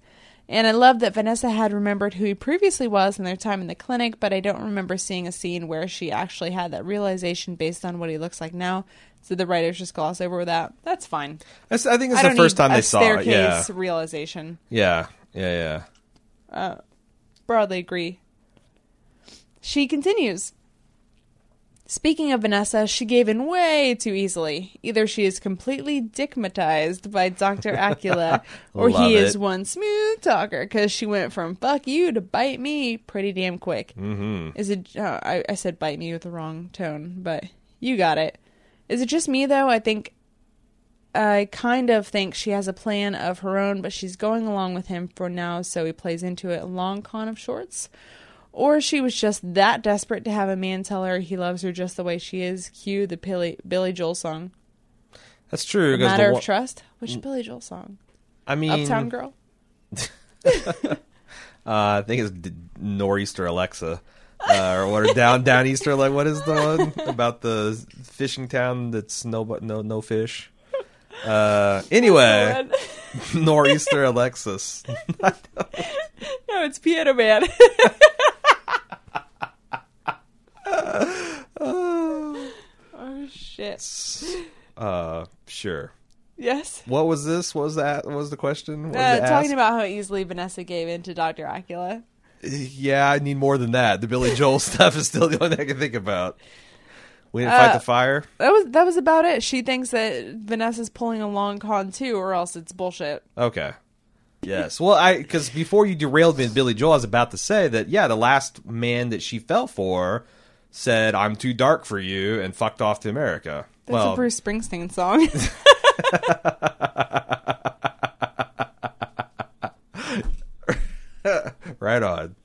And I love that Vanessa had remembered who he previously was in their time in the clinic, but I don't remember seeing a scene where she actually had that realization based on what he looks like now. So the writers just gloss over that. That's fine.
That's, I think it's
I
the
don't
first
need
time
a
they saw it. Yeah.
staircase realization.
yeah, yeah, yeah.
Broadly agree. She continues. Speaking of Vanessa, she gave in way too easily. Either she is completely dickmatized by Dr. Acula, or
Love
he is
it.
one smooth talker because she went from fuck you to bite me pretty damn quick. Mm-hmm. Is it, oh, I, I said bite me with the wrong tone, but you got it. Is it just me, though? I think I kind of think she has a plan of her own, but she's going along with him for now, so he plays into it a long con of shorts. Or she was just that desperate to have a man tell her he loves her just the way she is. Cue the Billy, Billy Joel song.
That's true. because
Matter
the
of
one-
Trust? Which Billy Joel song?
I mean,
Uptown Girl?
Uh, I think it's D- nor'easter Alexa, uh, or what? Or down down Easter? Like what is the one about the fishing town that's no but no no fish? Uh, anyway, nor'easter Alexis.
no, it's Piano Man. oh, shit.
Uh, sure.
Yes.
What was this? What was that? What was the question? What was
Uh,
it
talking
asked?
about how easily Vanessa gave in to Dr. Acula.
Uh, Yeah, I need more than that. The Billy Joel stuff is still the only thing I can think about. We didn't
Uh,
fight the fire.
That was that was about it. She thinks that Vanessa's pulling a long con too, or else it's bullshit.
Okay. Yes. Well, I because before you derailed me with Billy Joel, I was about to say that yeah, the last man that she fell for said, "I'm too dark for you," and fucked off to America.
That's
well,
a Bruce Springsteen song.
right on.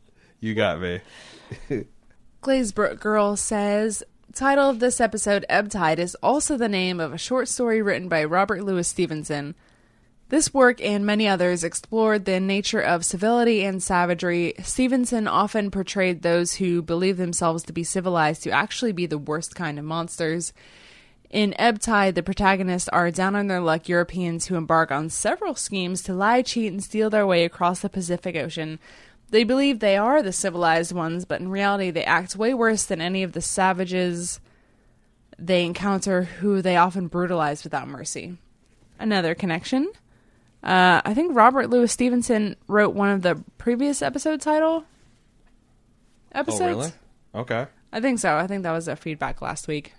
You got me.
Glazebrook Girl says, title of this episode, Ebb Tide, is also the name of a short story written by Robert Louis Stevenson. This work and many others explored the nature of civility and savagery. Stevenson often portrayed those who believe themselves to be civilized to actually be the worst kind of monsters. In Ebb Tide, the protagonists are down on their luck Europeans who embark on several schemes to lie, cheat, and steal their way across the Pacific Ocean. They believe they are the civilized ones, but in reality, they act way worse than any of the savages they encounter, who they often brutalize without mercy. Another connection. Uh, I think Robert Louis Stevenson wrote one of the previous episode title episodes.
Oh, really? Okay.
I think so. I think that was a feedback last week.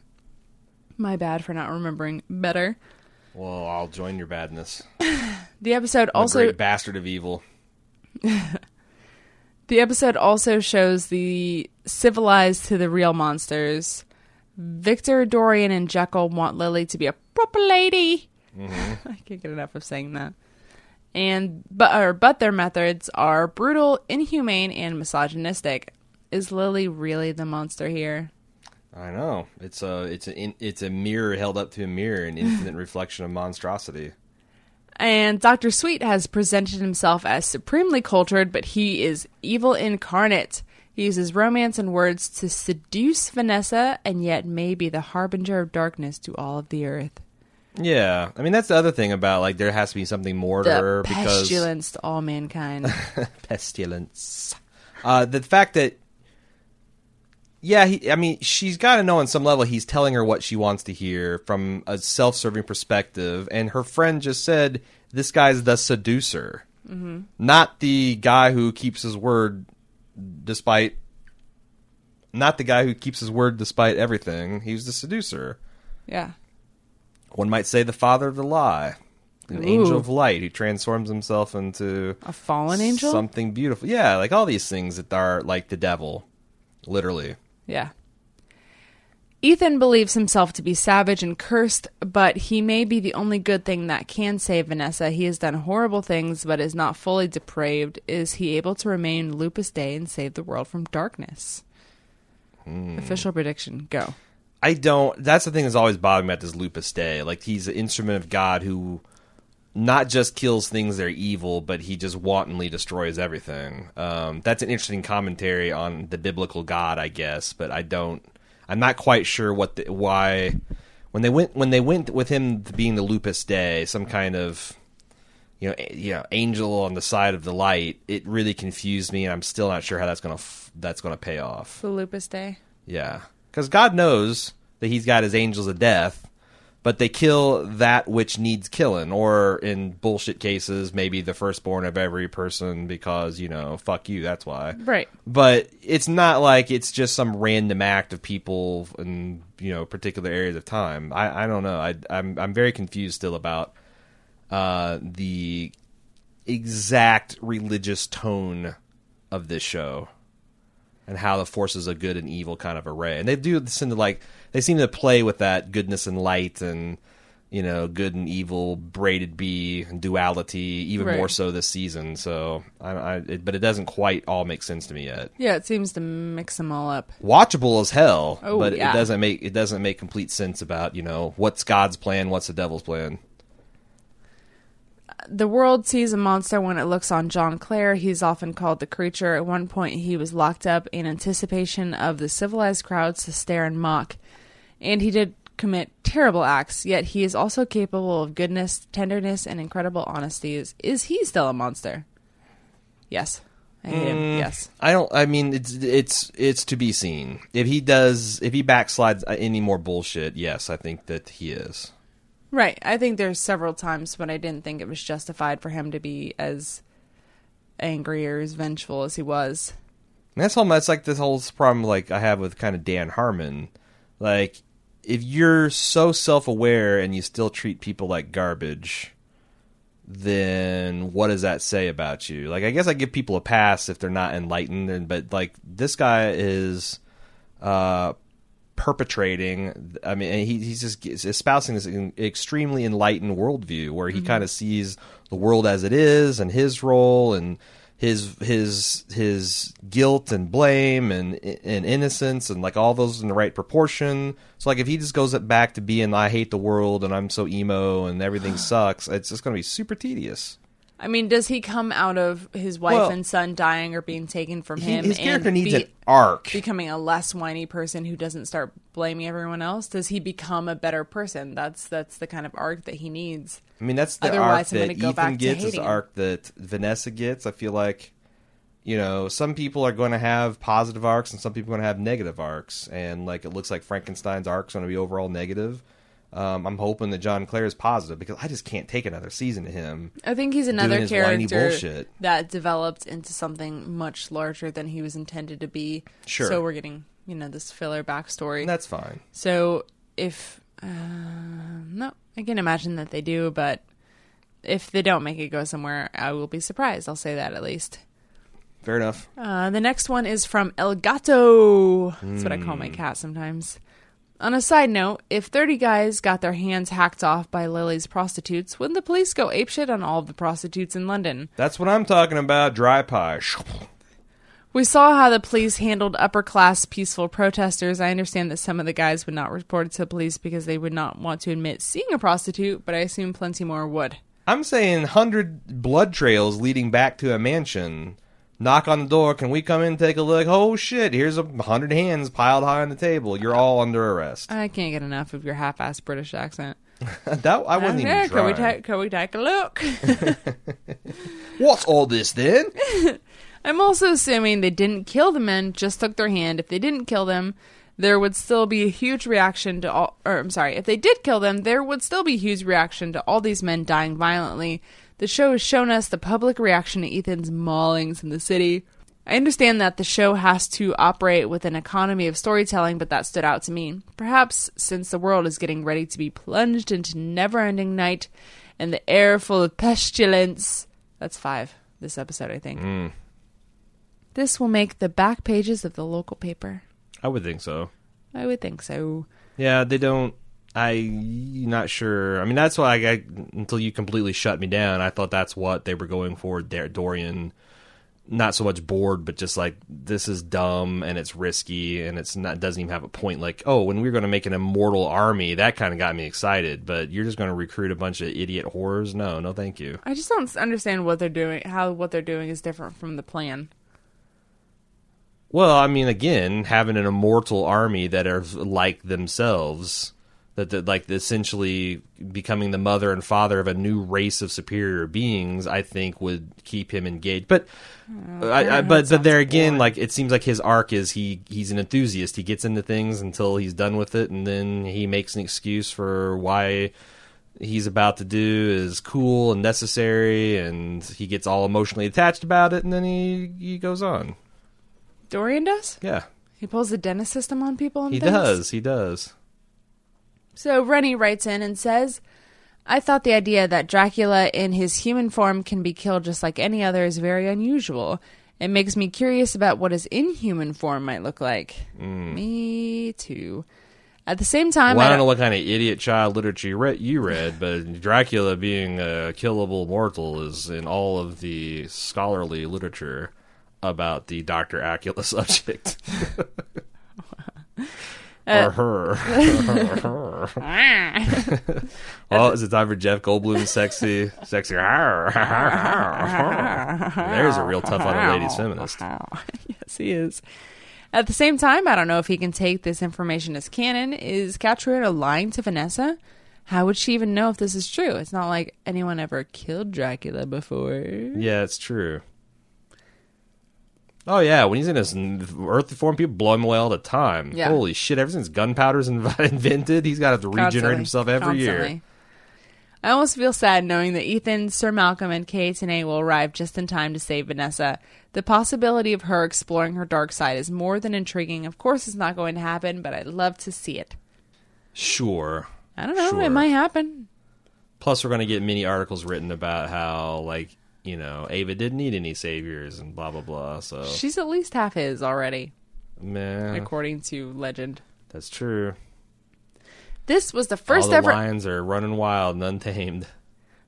My bad for not remembering better.
Well, I'll join your badness.
The episode
I'm a
also
great bastard of evil.
the episode also shows the civilized to the real monsters. Victor, Dorian, and Jekyll want Lily to be a proper lady. I can't get enough of saying that. And but or, but their methods are brutal, inhumane, and misogynistic. Is Lily really the monster here?
I know. It's a it's a in, it's a mirror held up to a mirror, an infinite reflection of monstrosity.
And Dr. Sweet has presented himself as supremely cultured, but he is evil incarnate. He uses romance and words to seduce Vanessa and yet may be the harbinger of darkness to all of the earth.
Yeah, I mean that's the other thing about like there has to be something more to
The
her because
pestilence to all mankind.
pestilence. Uh, the fact that, yeah, he, I mean, she's got to know on some level he's telling her what she wants to hear from a self-serving perspective, and her friend just said this guy's the seducer, not the guy who keeps his word despite, not the guy who keeps his word despite everything. He's the seducer.
yeah.
One might say the father of the lie, an angel
Ooh.
of light who transforms himself into
A fallen angel?
something beautiful. Yeah, like all these things that are like the devil, literally.
Yeah. Ethan believes himself to be savage and cursed, but he may be the only good thing that can save Vanessa. He has done horrible things, but is not fully depraved. Is he able to remain Lupus Day and save the world from darkness? Official prediction go.
I don't. That's the thing that's always bothered me about this Lupus Day. Like he's an instrument of God who not just kills things that are evil, but he just wantonly destroys everything. Um, that's an interesting commentary on the biblical God, I guess. But I don't. I'm not quite sure what the, why when they went when they went with him being the Lupus Day, some kind of you know, a- you know, angel on the side of the light. It really confused me, and I'm still not sure how that's gonna f- that's gonna pay off.
The Lupus Day?
Yeah, because God knows that He's got His angels of death, but they kill that which needs killing, or in bullshit cases, maybe the firstborn of every person because you know, fuck you. That's why.
Right.
But it's not like it's just some random act of people in you know particular areas of time. I, I don't know. I I'm I'm very confused still about uh, the exact religious tone of this show and how the forces of good and evil kind of array. And they do seem to like they seem to play with that goodness and light and you know good and evil braided bee and duality even
Right.
more so this season. So I, I it, but it doesn't quite all make sense to me yet.
Yeah, it seems to mix them all up.
Watchable as hell,
Oh,
but
yeah.
it doesn't make it doesn't make complete sense about you know what's God's plan, what's the devil's plan.
The world sees a monster when it looks on John Clare. He's often called the creature. At one point, he was locked up in anticipation of the civilized crowds to stare and mock. And he did commit terrible acts, yet he is also capable of goodness, tenderness, and incredible honesty. Is, is he still a monster? Yes. I hate him. Yes.
I don't. I mean, it's it's it's to be seen. If he does, if he backslides any more bullshit, yes, I think that he is.
Right. I think there's several times when I didn't think it was justified for him to be as angry or as vengeful as he was.
And that's all. That's like this whole problem, like I have with kind of Dan Harmon. Like if you're so self-aware and you still treat people like garbage then what does that say about you like i guess i give people a pass if they're not enlightened and but like this guy is uh perpetrating i mean and he, he's just espousing this en- extremely enlightened worldview where
Mm-hmm.
he kind of sees the world as it is and his role and his his his guilt and blame and and innocence and like all those in the right proportion so like if he just goes back to being i hate the world and i'm so emo and everything sucks it's just going to be super tedious
I mean, does he come out of his wife
Well-
and son dying or being taken from
He-
him?
his character
and
needs
be-
an arc
becoming a less whiny person who doesn't start blaming everyone else? Does he become a better person? That's that's the kind of arc that he needs.
I mean, that's the arc
Otherwise, I'm
that
gonna go back
Ethan
to
gets. Is the
hating him.
arc that Vanessa gets. I feel like, you know, some people are going to have positive arcs and some people are going to have negative arcs. And like, it looks like Frankenstein's arc's going to be overall negative. Um, I'm hoping that John Clare is positive because I just can't take another season of him.
I think he's another
his whiny
character
bullshit.
that developed into something much larger than he was intended to be.
Sure.
So we're getting you know this filler backstory.
And that's fine.
So if uh, no, I can imagine that they do, but if they don't make it go somewhere, I will be surprised. I'll say that at least.
Fair enough.
Uh, the next one is from El Gato. That's what I call my cat sometimes. On a side note, if 30 guys got their hands hacked off by Lily's prostitutes, wouldn't the police go apeshit on all of the prostitutes in London?
That's what I'm talking about. Dry pie.
We saw how the police handled upper class peaceful protesters. I understand that some of the guys would not report it to the police because they would not want to admit seeing a prostitute, but I assume plenty more would.
I'm saying 100 blood trails leading back to a mansion. Knock on the door. Can we come in and take a look? Oh, shit. Here's a 100 hands piled high on the table. You're all under arrest.
I can't get enough of your half assed British accent.
that I wasn't
Okay,
even
can, we
trying.
ta- can we take a look?
What's all this then?
I'm also assuming they didn't kill the men, just took their hand. If they didn't kill them, there would still be a huge reaction to all. Or I'm sorry, if they did kill them, there would still be huge reaction to all these men dying violently. The show has shown us the public reaction to Ethan's maulings in the city. I understand that the show has to operate with an economy of storytelling, but that stood out to me. Perhaps since the world is getting ready to be plunged into never ending night and the air full of pestilence. That's five this episode, I think. This will make the back pages of the local paper.
I would think so.
I would think so.
Yeah, they don't. I not sure. I mean, that's why I, I until you completely shut me down. I thought that's what they were going for. Dar- Dorian, not so much bored, but just like this is dumb and it's risky and it's not doesn't even have a point. Like, oh, when we are going to make an immortal army, that kind of got me excited. But you're just going to recruit a bunch of idiot whores? No, no, thank you.
I just don't understand what they're doing. How what they're doing is different from the plan.
Well, I mean, again, having an immortal army that are like themselves, that, that like essentially becoming the mother and father of a new race of superior beings, I think would keep him engaged. But, I, I, but, but there again, like it seems like his arc is he he's an enthusiast. He gets into things until he's done with it, and then he makes an excuse for why he's about to do is cool and necessary, and he gets all emotionally attached about it, and then he he goes on.
Dorian does.
Yeah.
He pulls the dentist system on people. And
He
things?
does. He does.
So Rennie writes in and says, I thought the idea that Dracula in his human form can be killed just like any other is very unusual. It makes me curious about what his inhuman form might look like. Me too. At the same time,
well, I
I
Mm. don't know what kind of idiot child literature you read, you read but Dracula being a killable mortal is in all of the scholarly literature about the Dr. Acula subject. or her. oh, is it time for Jeff Goldblum's sexy, sexy? There's a real tough on a ladies feminist.
yes, he is. At the same time, I don't know if he can take this information as canon. Is Catriona lying to Vanessa? How would she even know if this is true? It's not like anyone ever killed Dracula before.
Yeah, it's true. Oh yeah, when he's in his n- earthly form, people blow him away all the time.
Yeah.
Holy shit! Ever since gunpowder's inv- invented, he's got to regenerate
Constantly.
himself every year.
Constantly. I almost feel sad knowing that Ethan, Sir Malcolm, and K.A. will arrive just in time to save Vanessa. The possibility of her exploring her dark side is more than intriguing. Of course, it's not going to happen, but I'd love to see it.
Sure.
I don't know.
Sure.
It might happen.
Plus, we're going to get many articles written about how, like, you know, Ava didn't need any saviors and blah blah blah. So,
She's at least half his already,
man,
according to legend.
that's true.
This was the first
All the
ever.
lions are running wild and untamed.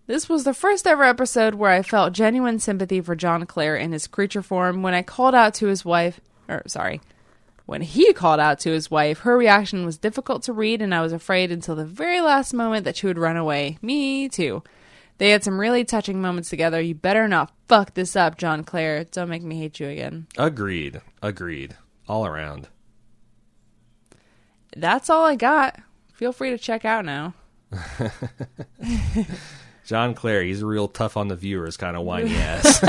This was the first ever episode where I felt genuine sympathy for John Clare in his creature form when I called out to his wife, or sorry, when he called out to his wife, her reaction was difficult to read and I was afraid until the very last moment that she would run away. Me too. They had some really touching moments together. You better not fuck this up, John Clare. Don't make me hate you again.
Agreed. Agreed. All around.
That's all I got. Feel free to check out now.
John Clare, he's a real tough on the viewers kind of whiny ass.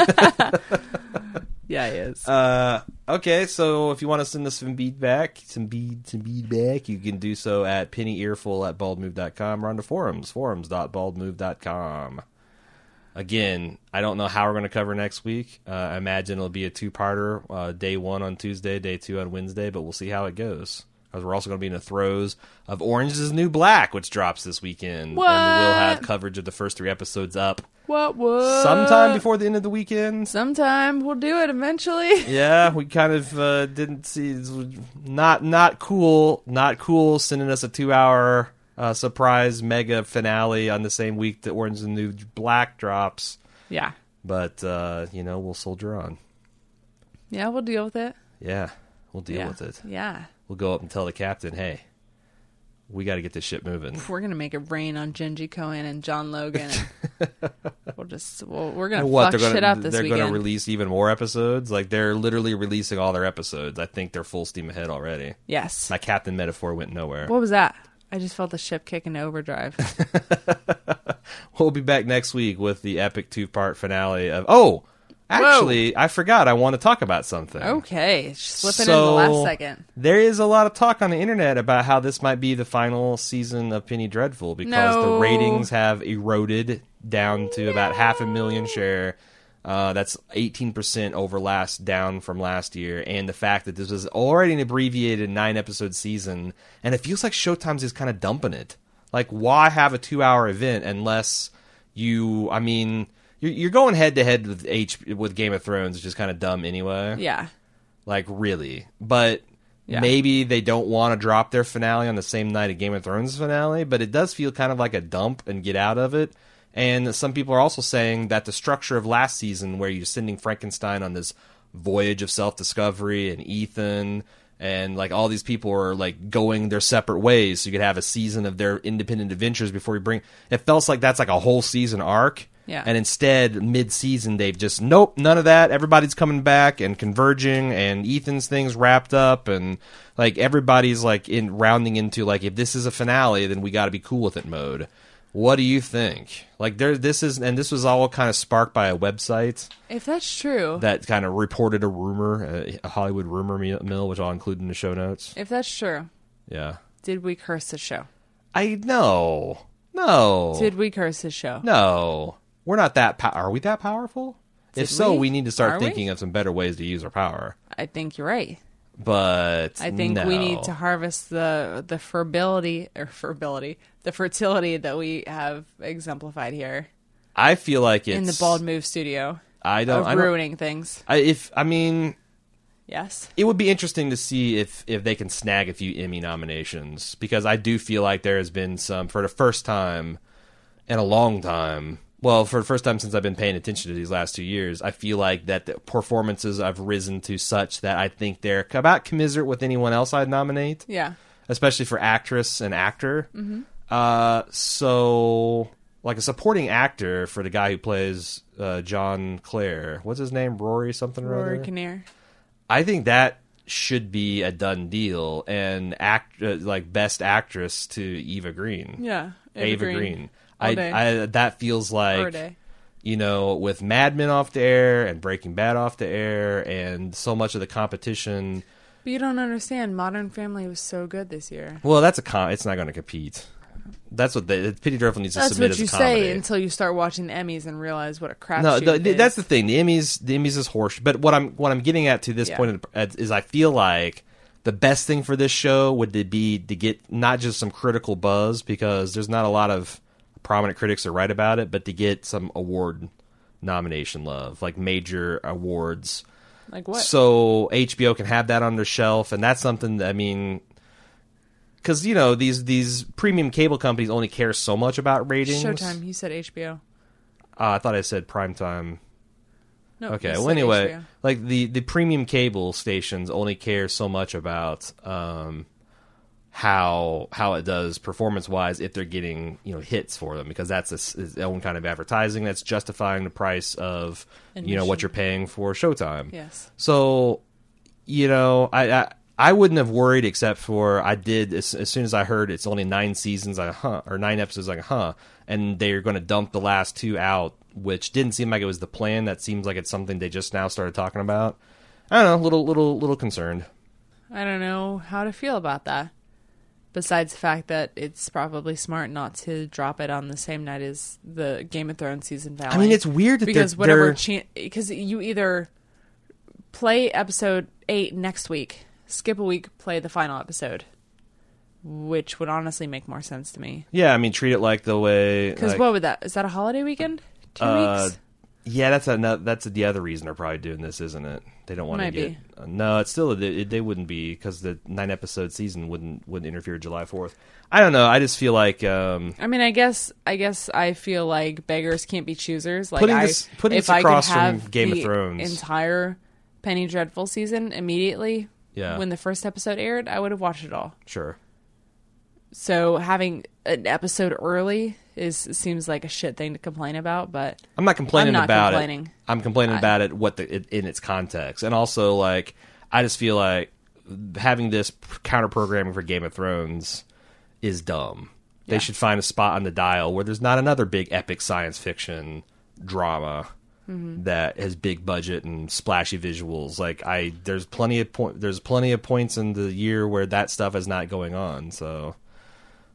Yeah, he is.
uh, okay, so if you want to send us some feedback, some bead, some feedback, you can do so at pennyearful at baldmove.com or on the forums, forums.baldmove.com. Again, I don't know how we're going to cover next week. Uh, I imagine it'll be a two-parter, uh, day one on Tuesday, day two on Wednesday, but we'll see how it goes. Because we're also going to be in the throes of Orange is the New Black, which drops this weekend. And we'll have
What? Uh,
coverage of the first three episodes up
what would
sometime before the end of the weekend.
sometime we'll do it eventually.
Yeah, we kind of uh, didn't see not not cool, not cool sending us a 2-hour uh, surprise mega finale on the same week that Orange is the New Black drops,
yeah.
but uh, you know, we'll soldier on.
Yeah, we'll deal with it.
Yeah, we'll deal
yeah.
with it.
Yeah.
We'll go up and tell the captain, "Hey, we got to get this shit moving."
We're gonna make it rain on Genji Cohen and John Logan. And we'll just well, we're gonna
And what
fuck
they're gonna
shit up this
they're
weekend.
gonna release even more episodes? Like they're literally releasing all their episodes. I think they're full steam ahead already.
yes.
My captain metaphor went nowhere.
What was that? I just felt the ship kick into overdrive.
We'll be back next week with the epic two part finale of. Oh, actually, I forgot. I want to talk about something.
Oh, okay, it's just slipping
So,
in the last second.
There is a lot of talk on the internet about how this might be the final season of Penny Dreadful because the
No.
ratings have eroded down to about half a million share. Uh, that's 18% over last down from last year. And the fact that this was already an abbreviated nine episode season. And it feels like Showtime's is kind of dumping it. Like, why have a two hour event unless you, I mean, you're, you're going head to head with H with Game of Thrones, which is kind of dumb anyway
Yeah.
like really but
Yeah.
maybe they don't want to drop their finale on the same night of game of thrones finale but it does feel kind of like a dump and get out of it and some people are also saying that the structure of last season where you're sending frankenstein on this voyage of self-discovery and ethan and like all these people are like going their separate ways so you could have a season of their independent adventures before you bring it felt like that's like a whole season arc
Yeah.
and instead, mid season, they've just, nope, none of that. Everybody's coming back and converging, and Ethan's thing's wrapped up, and like everybody's like in rounding into like, if this is a finale, then we got to be cool with it mode. What do you think? Like, there, this is, and this was all kind of sparked by a website
If that's true,
that kind of reported a rumor, a Hollywood rumor mi- mill, which I'll include in the show notes.
if that's true,
Yeah.
did we curse the show?
I know. No.
Did we curse the show?
Oh. No, we're not that. Po- are we that powerful? if
Did
so, we?
we?
need to start
Are we?
thinking of some better ways to use our power.
I think you're right.
But
I think we
no.
need to harvest the the ferbility or ferbility, the fertility that we have exemplified here
I feel like it's
in the Bald Move Studio
I don't. I
of
don't-
ruining things.
I, if I mean,
Yes.
it would be interesting to see if if they can snag a few Emmy nominations because I do feel like there has been some for the first time in a long time. Well, for the first time since I've been paying attention to these last two years, I feel like that the performances I've risen to such that I think they're about commiserate with anyone else I'd nominate.
Yeah.
especially for actress and actor.
Mm-hmm.
Uh, so, like a supporting actor for the guy who plays uh, John Clare, what's his name? Rory something or
Rory
other?
Kinnear.
I think that should be a done deal and act uh, like best actress to Eva Green.
Yeah.
Ava Green.
All
I,
day.
I that feels
Or
like
day.
you know, with Mad Men off the air and Breaking Bad off the air and so much of the competition.
But you don't understand. Modern Family was so good this year.
Well, that's a com. It's not going to compete. That's what they, Pity Dreadful needs to
That's
submit as
what you
a comedy.
say until you start watching the Emmys and realize what a crap.
no, the,
the,
the, that's the thing. The Emmys, the Emmys is horse. But what I'm what I'm getting at to this
Yeah.
point in the- at- is, I feel like the best thing for this show would to be to get not just some critical buzz because there's not a lot of prominent critics that write about it, but to get some award nomination love, like major awards.
Like what?
So HBO can have that on their shelf, and that's something that I mean, because you know these these premium cable companies only care so much about ratings.
Showtime. You said HBO.
Uh, I thought I said primetime.
No.
Okay.
you
Well,
said
anyway,
HBO.
like the the premium cable stations only care so much about um, how how it does performance wise if they're getting you know hits for them because that's its its own kind of advertising that's justifying the price of you know
Admission.
what you're paying for Showtime.
Yes.
So, you know, I, I I wouldn't have worried except for I did as, as soon as I heard it's only nine seasons. I huh or nine episodes. Like huh, and they're going to dump the last two out, which didn't seem like it was the plan. That seems like it's something they just now started talking about. I don't know, little little little concerned.
I don't know how to feel about that. Besides the fact that it's probably smart not to drop it on the same night as the Game of Thrones season finale.
I mean, it's weird that
because
they're,
whatever
they're-
because you either play episode eight next week, skip a week, play the final episode, which would honestly make more sense to me.
yeah, I mean, treat it like the way
Because
like-
what would that? Is that a holiday weekend? Two
Uh,
weeks?
Yeah, that's another. That's the other reason they're probably doing this, isn't it? They don't want to
Might
get.
be.
uh, no, it's still they, they wouldn't be because the nine episode season wouldn't wouldn't interfere with July fourth. I don't know. I just feel like um,
I mean, I guess I guess I feel like beggars can't be choosers. Like
Putting
I,
this- putting
if
this across
I
from
could have
Game of
the
Thrones.
entire Penny Dreadful season immediately.
Yeah.
When the first episode aired, I would have watched it all.
sure.
So having an episode early is seems like a shit thing to complain about, but
I'm not complaining
I'm not
about
complaining.
it. I'm complaining
I-
about it. What the it, in its context, and also like I just feel like having this counter programming for Game of Thrones is dumb. They should find a spot on the dial where there's not another big epic science fiction drama that has big budget and splashy visuals. Like I, there's plenty of point. There's plenty of points in the year where that stuff is not going on. So.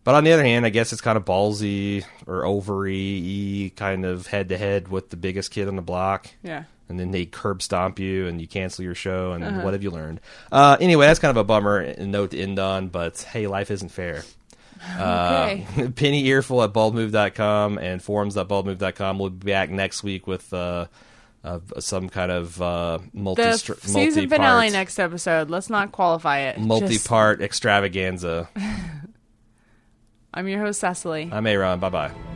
But on the other hand, I guess it's kind of ballsy or ovary kind of head to head with the biggest kid on the block.
yeah.
And then they curb stomp you and you cancel your show. And
Uh-huh.
what have you learned? Uh, anyway, that's kind of a bummer and note to end on. But hey, life isn't fair.
Okay.
Uh, penny earful at baldmove.com and forums.baldmove.com. We'll be back next week with uh, uh, some kind of uh, multi
the season finale next episode. Let's not qualify it. Just-
multi part extravaganza.
I'm your host Cecily.
I'm Aaron. Bye bye.